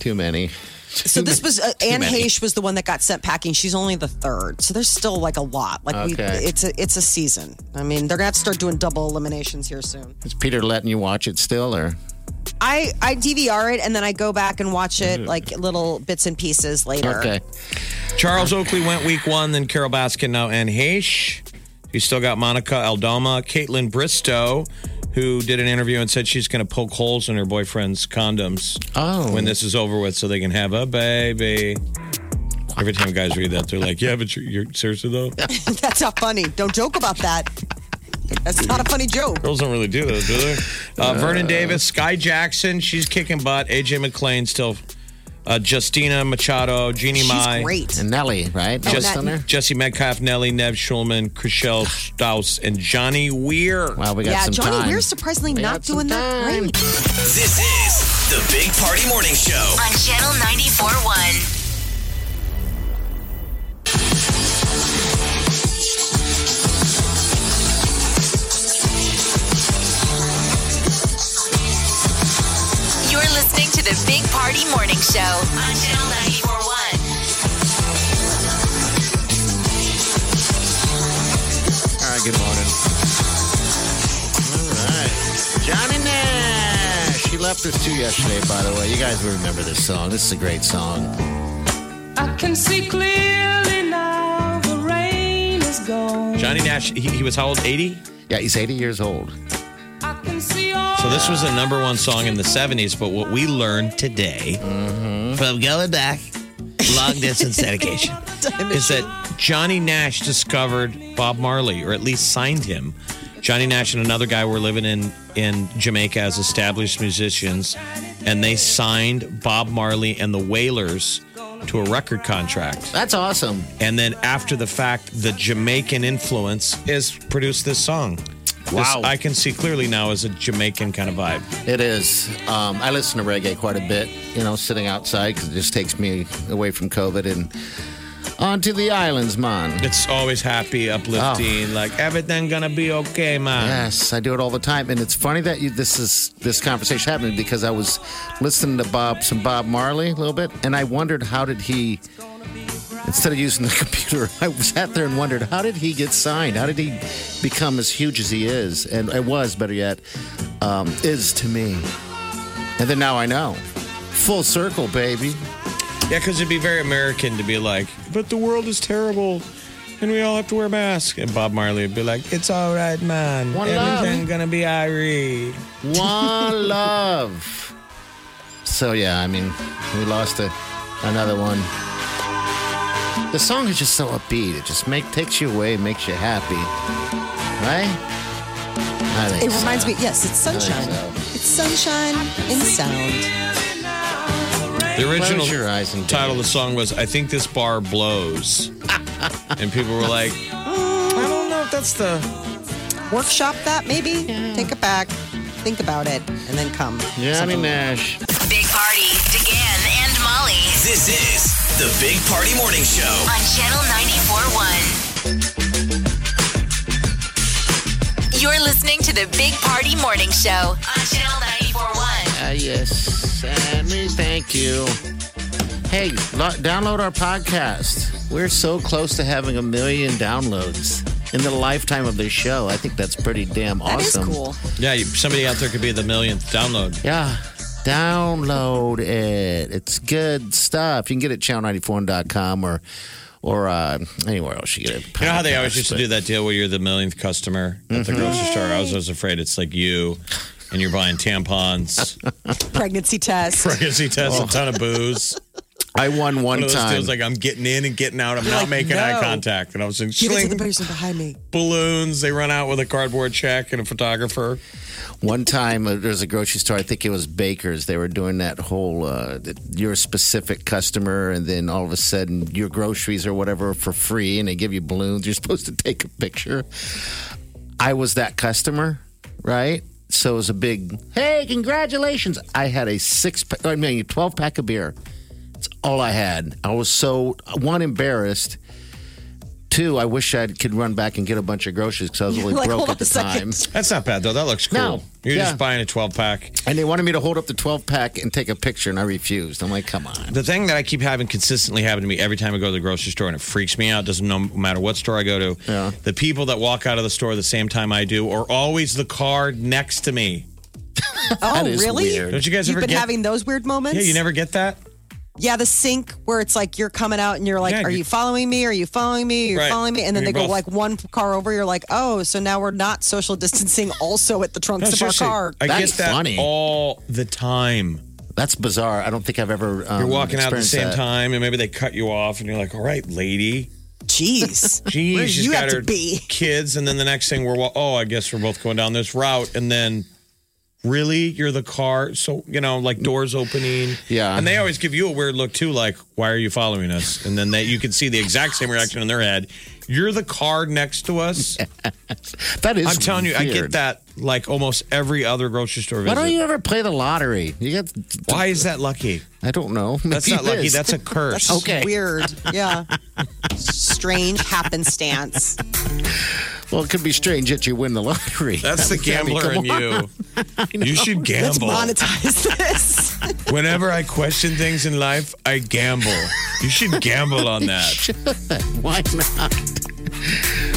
S3: Too many.
S5: So this was uh,
S3: Too
S5: Anne
S3: many.
S5: Heche was the one that got sent packing. She's only the third, so there's still like a lot. Like
S3: Okay.
S5: we, it's a it's a season. I mean, they're gonna have to start doing double eliminations here soon.
S3: Is Peter letting you watch it still, or
S5: I I DVR it and then I go back and watch it like little bits and pieces later.
S4: Charles Oakley went week one, then Carol Baskin, now Anne Heche. You still got Monica Aldama, Caitlin Bristow, who did an interview and said she's going to poke holes in her boyfriend's condoms
S3: Oh.
S4: when this is over with so they can have a baby. Every time guys read that, they're like, yeah, but you're, you're seriously though?
S5: That's not funny. Don't joke about that. That's not a funny joke.
S4: Girls don't really do those, do they? Uh, Vernon Davis, Sky Jackson, she's kicking butt. AJ McLean still. Uh, Justina Machado, Jeannie Mai.
S3: And Nelly, right?
S5: Oh,
S3: Nelly's
S4: Jess-
S3: on there?
S4: Oh, Jesse Metcalf, Nelly, Nev Schulman, Chriselle Staus, and Johnny Weir.
S3: Wow, we
S5: yeah, Johnny, we're surprisingly not doing that great.
S6: This is the Big Party Morning Show.
S2: On Channel 94.1. You're You're listening to the Big Party Morning Show on Channel 941.
S3: All right, good morning. All right. Johnny Nash. He left us two yesterday, by the way. You guys will remember this song. This is a great song.
S13: I can see clearly now the rain is gone.
S4: Johnny Nash, he, he was how old? 80?
S3: Yeah, he's 80 years old.
S13: I can see all
S4: So this was the number one song in the 70s, but what we learned today
S3: Mm-hmm.
S4: from going back, long distance dedication, is that Johnny Nash discovered Bob Marley, or at least signed him. Johnny Nash and another guy were living in, in Jamaica as established musicians, and they signed Bob Marley and the Wailers to a record contract.
S3: That's awesome.
S4: And then after the fact, the Jamaican influence has produced this song. This
S3: Wow.
S4: I can see clearly now is a Jamaican kind of vibe.
S3: It is. Um, I listen to reggae quite a bit, you know, sitting outside because it just takes me away from COVID and onto the islands, man.
S4: It's always happy, uplifting, like everything gonna be okay, man.
S3: Yes, I do it all the time, and it's funny that you, this is this conversation happened because I was listening to Bob some Bob Marley a little bit, and I wondered how did he. Instead of using the computer, I sat there and wondered how did he get signed? How did he become as huge as he is? And it was, better yet, um, is to me. And then now I know. Full circle, baby.
S4: Yeah, because it'd be very American to be like, but the world is terrible and we all have to wear masks. And Bob Marley would be like, it's all right, man.
S3: One love.
S4: Everything gonna be irate.
S3: One love. So yeah, I mean, we lost a, another one. The song is just so upbeat. It just make takes you away, makes you happy, right? I think
S5: It
S3: so.
S5: reminds me, yes, it's
S3: I think
S5: sunshine.
S3: so.
S5: It's sunshine in sound.
S4: The original
S3: Close your eyes and
S4: title of the song was I Think This Bar Blows. and people were like, I don't know if that's the
S5: workshop that maybe. Take it back, think about it, and then come.
S3: Johnny
S5: Something-
S3: Nash.
S2: Big Party, DeGan and Molly
S6: This is the Big Party Morning Show.
S2: on Channel 941. You're listening to the Big Party Morning Show on Channel 941.
S3: Ah, yes, and we thank you. Hey, lo- download our podcast. We're so close to having a million downloads in the lifetime of this show. I think that's pretty damn awesome.
S4: Yeah, you, somebody out there could be the millionth download.
S3: Yeah. Download it. It's good stuff. You can get it at channel94.com or or uh, anywhere else you get it.
S4: You know how they always used to do that deal where you're the millionth customer at the grocery store? I was always afraid it's like you and you're buying tampons, Oh.
S5: Pregnancy test.
S4: pregnancy tests, a ton of booze.
S3: I won
S4: One
S3: one
S4: of those
S3: time.
S4: deals like I'm getting in and getting out. I'm
S5: You're
S4: not
S5: like,
S4: making eye
S5: no.
S4: contact. And I was like,
S5: Give it to
S4: sling
S5: the person behind me.
S4: balloons. They run out with a cardboard check and a photographer.
S3: One time, uh, there was a grocery store. I think it was Baker's. They were doing that whole uh, that you're a specific customer, and then all of a sudden your groceries or whatever are for free, and they give you balloons. You're supposed to take a picture. I was that customer, right? So it was a big hey, congratulations! I had a six, pack, I mean, a twelve pack of beer. It's all I had. I was so one embarrassed. Two, I wish I could run back and get a bunch of groceries because I was really
S4: Like,
S3: broke
S4: hold
S3: at the
S4: on a
S3: time.
S4: second. That's not bad though. That looks cool.
S3: No.
S4: You're
S3: Yeah.
S4: just buying a 12 pack.
S3: And they wanted me to hold up the 12 pack and take a picture, and I refused. I'm like, come on.
S4: The thing that I keep having consistently happen to me every time I go to the grocery store and it freaks me out, doesn't no matter what store I go to. The people that walk out of the store the same time I do are always the car next to me.
S5: Oh,
S4: That is
S5: really?
S4: weird. Don't you guys
S5: You've
S4: ever
S5: been
S4: get-
S5: having those weird moments?
S4: Yeah, you never get that?
S5: Yeah, the sync where it's like you're coming out and you're like,
S4: Yeah,
S5: "Are
S4: you-
S5: you following me? Are you following me? Are you
S4: Right.
S5: following me?" And
S4: And
S5: then they
S4: you
S5: go
S4: both-
S5: like one car over. You're like, "Oh, so now we're not social distancing also at the trunks
S4: No,
S5: of our
S4: seriously.
S5: car."
S4: I get that
S3: funny.
S4: all the time.
S3: That's bizarre. I don't think I've ever. Um,
S4: You're walking out at the
S3: experienced
S4: same
S3: that.
S4: time, and maybe they cut you off, and you're like, "All right, lady."
S5: Jeez,
S4: Jeez,
S5: Where
S4: she's
S5: you
S4: got
S5: have to
S4: her
S5: be.
S4: kids, and then the next thing we're wa- oh, I guess we're both going down this route, and then really, you're the car, so you know, like doors opening,
S3: Yeah.
S4: and they always give you a weird look too, like why are you following us? And then that you can see the exact same reaction in their head. You're the car next to us.
S3: That is
S4: I'm telling you, I
S3: weird.
S4: get that like almost every other grocery store
S3: Why
S4: visit.
S3: don't you ever play the lottery? You got.
S4: Why is that lucky?
S3: I don't know.
S4: That's
S3: Maybe
S4: not lucky.
S3: it is.
S4: That's a curse.
S5: That's
S3: Okay.
S5: Weird. Yeah. Strange happenstance.
S3: Well, it could be strange that you win the lottery.
S4: That's the gambler in
S3: Come on.
S4: you. You should
S5: Let's
S4: gamble.
S5: monetize this.
S4: Whenever I question things in life, I gamble. You should gamble on that.
S3: Why not?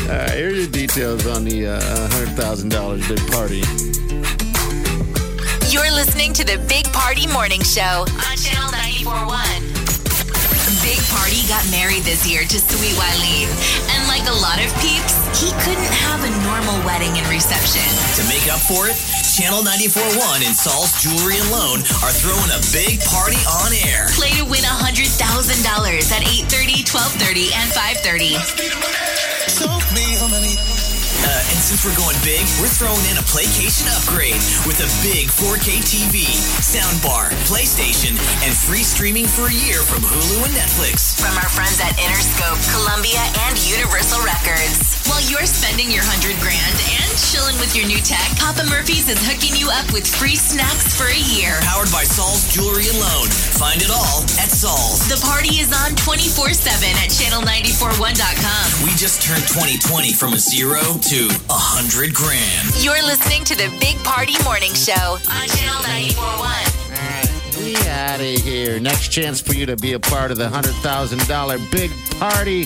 S3: All right, here are your details on the uh, $100,000 big party.
S2: You're listening to the Big Party Morning Show on Channel 941. Big Party got married this year to Sweet Wileen, and like a lot of peeps, he couldn't have a normal wedding and reception.
S6: To make up for it, Channel 94.1 and Saul's Jewelry and Loan are throwing a big party on air.
S2: Play to win $100,000 at 8:30, 12:30, and 5:30.
S6: Uh, and since we're going big, we're throwing in a Playcation upgrade with a big 4K TV, soundbar, PlayStation, and free streaming for a year from Hulu and Netflix.
S2: From our friends at Interscope, Columbia, and Universal Records. While you're spending your hundred grand and chilling with your new tech, Papa Murphy's is hooking you up with free snacks for a year.
S6: Powered by Saul's Jewelry and Loan. Find it all at Saul's.
S2: The party is on 24 7 at channel941.com.
S6: We just turned 2020 from a zero to a hundred grand.
S2: You're listening to the Big Party Morning Show on Channel 941.
S3: All right, we out of here. Next chance for you to be a part of the $100,000 big party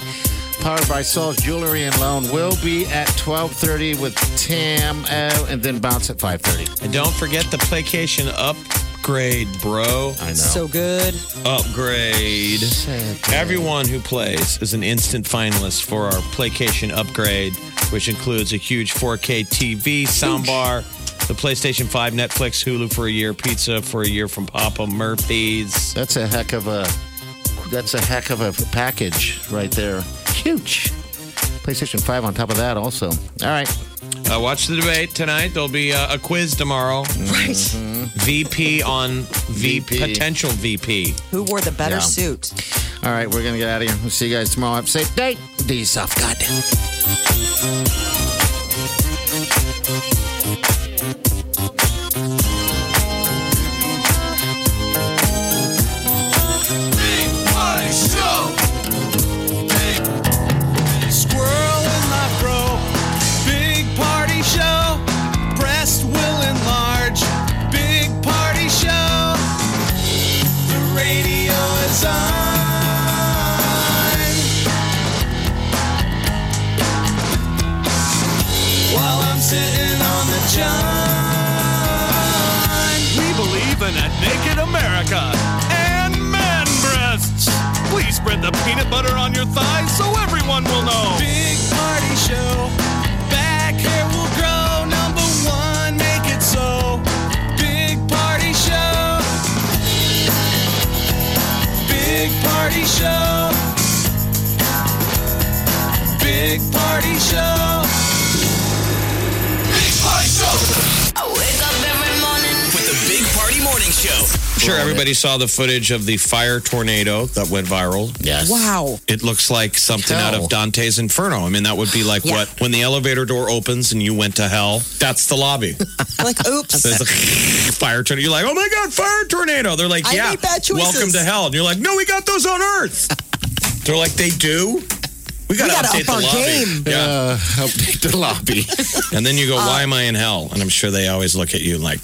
S3: powered by Saul's Jewelry and Loan will be at 12.30 with Tam uh, and then bounce at 5.30.
S4: And don't forget the Playcation upgrade, bro. I know.
S5: So good.
S4: Upgrade. Everyone who plays is an instant finalist for our Playcation upgrade, which includes a huge 4K TV, soundbar, the PlayStation 5, Netflix, Hulu for a year, pizza for a year from Papa Murphy's.
S3: That's a heck of a that's a heck of a package right there. Huge. PlayStation 5 on top of that also. All right.
S4: Uh, watch the debate tonight. There'll be uh, a quiz tomorrow.
S5: Right.
S4: VP on v-
S3: VP.
S4: potential VP.
S5: Who wore the better
S3: Yeah.
S5: suit?
S3: All right, we're going to get out of here. We'll see you guys tomorrow. Have a safe day. Do yourself goddamn.
S14: Squirrel in my fro. Big party show. Breast will enlarge. Big party show. The radio is on. While I'm sitting on the john. We believe in a naked America and man breasts. Please spread the peanut butter on your thighs so everyone will know. Big party show. Back hair will grow. Number one, make it so. Big party show. Big party show. Big party show. Big party show.
S2: I wake up every morning.
S6: With the Big Party Morning Show.
S4: I'm sure everybody saw the footage of the fire tornado that went viral.
S3: Yes.
S5: Wow.
S4: It looks like something out
S3: Hell.
S4: of Dante's Inferno. I mean, that would be like
S5: Yeah.
S4: what when the elevator door opens and you went to hell. That's the lobby.
S5: Like, oops.
S4: There's a fire tornado. You're like, oh my god, fire tornado. They're like,
S5: I
S4: yeah,
S5: made bad choices.
S4: welcome to hell. And you're like, no, we got those on Earth. They're like, they do. We gotta,
S5: gotta
S4: update
S5: up
S4: the
S5: our
S4: lobby.
S5: game. Uh,
S4: Yeah.
S3: Uh, update the lobby.
S4: And then you go, why am I in hell? And I'm sure they always look at you like,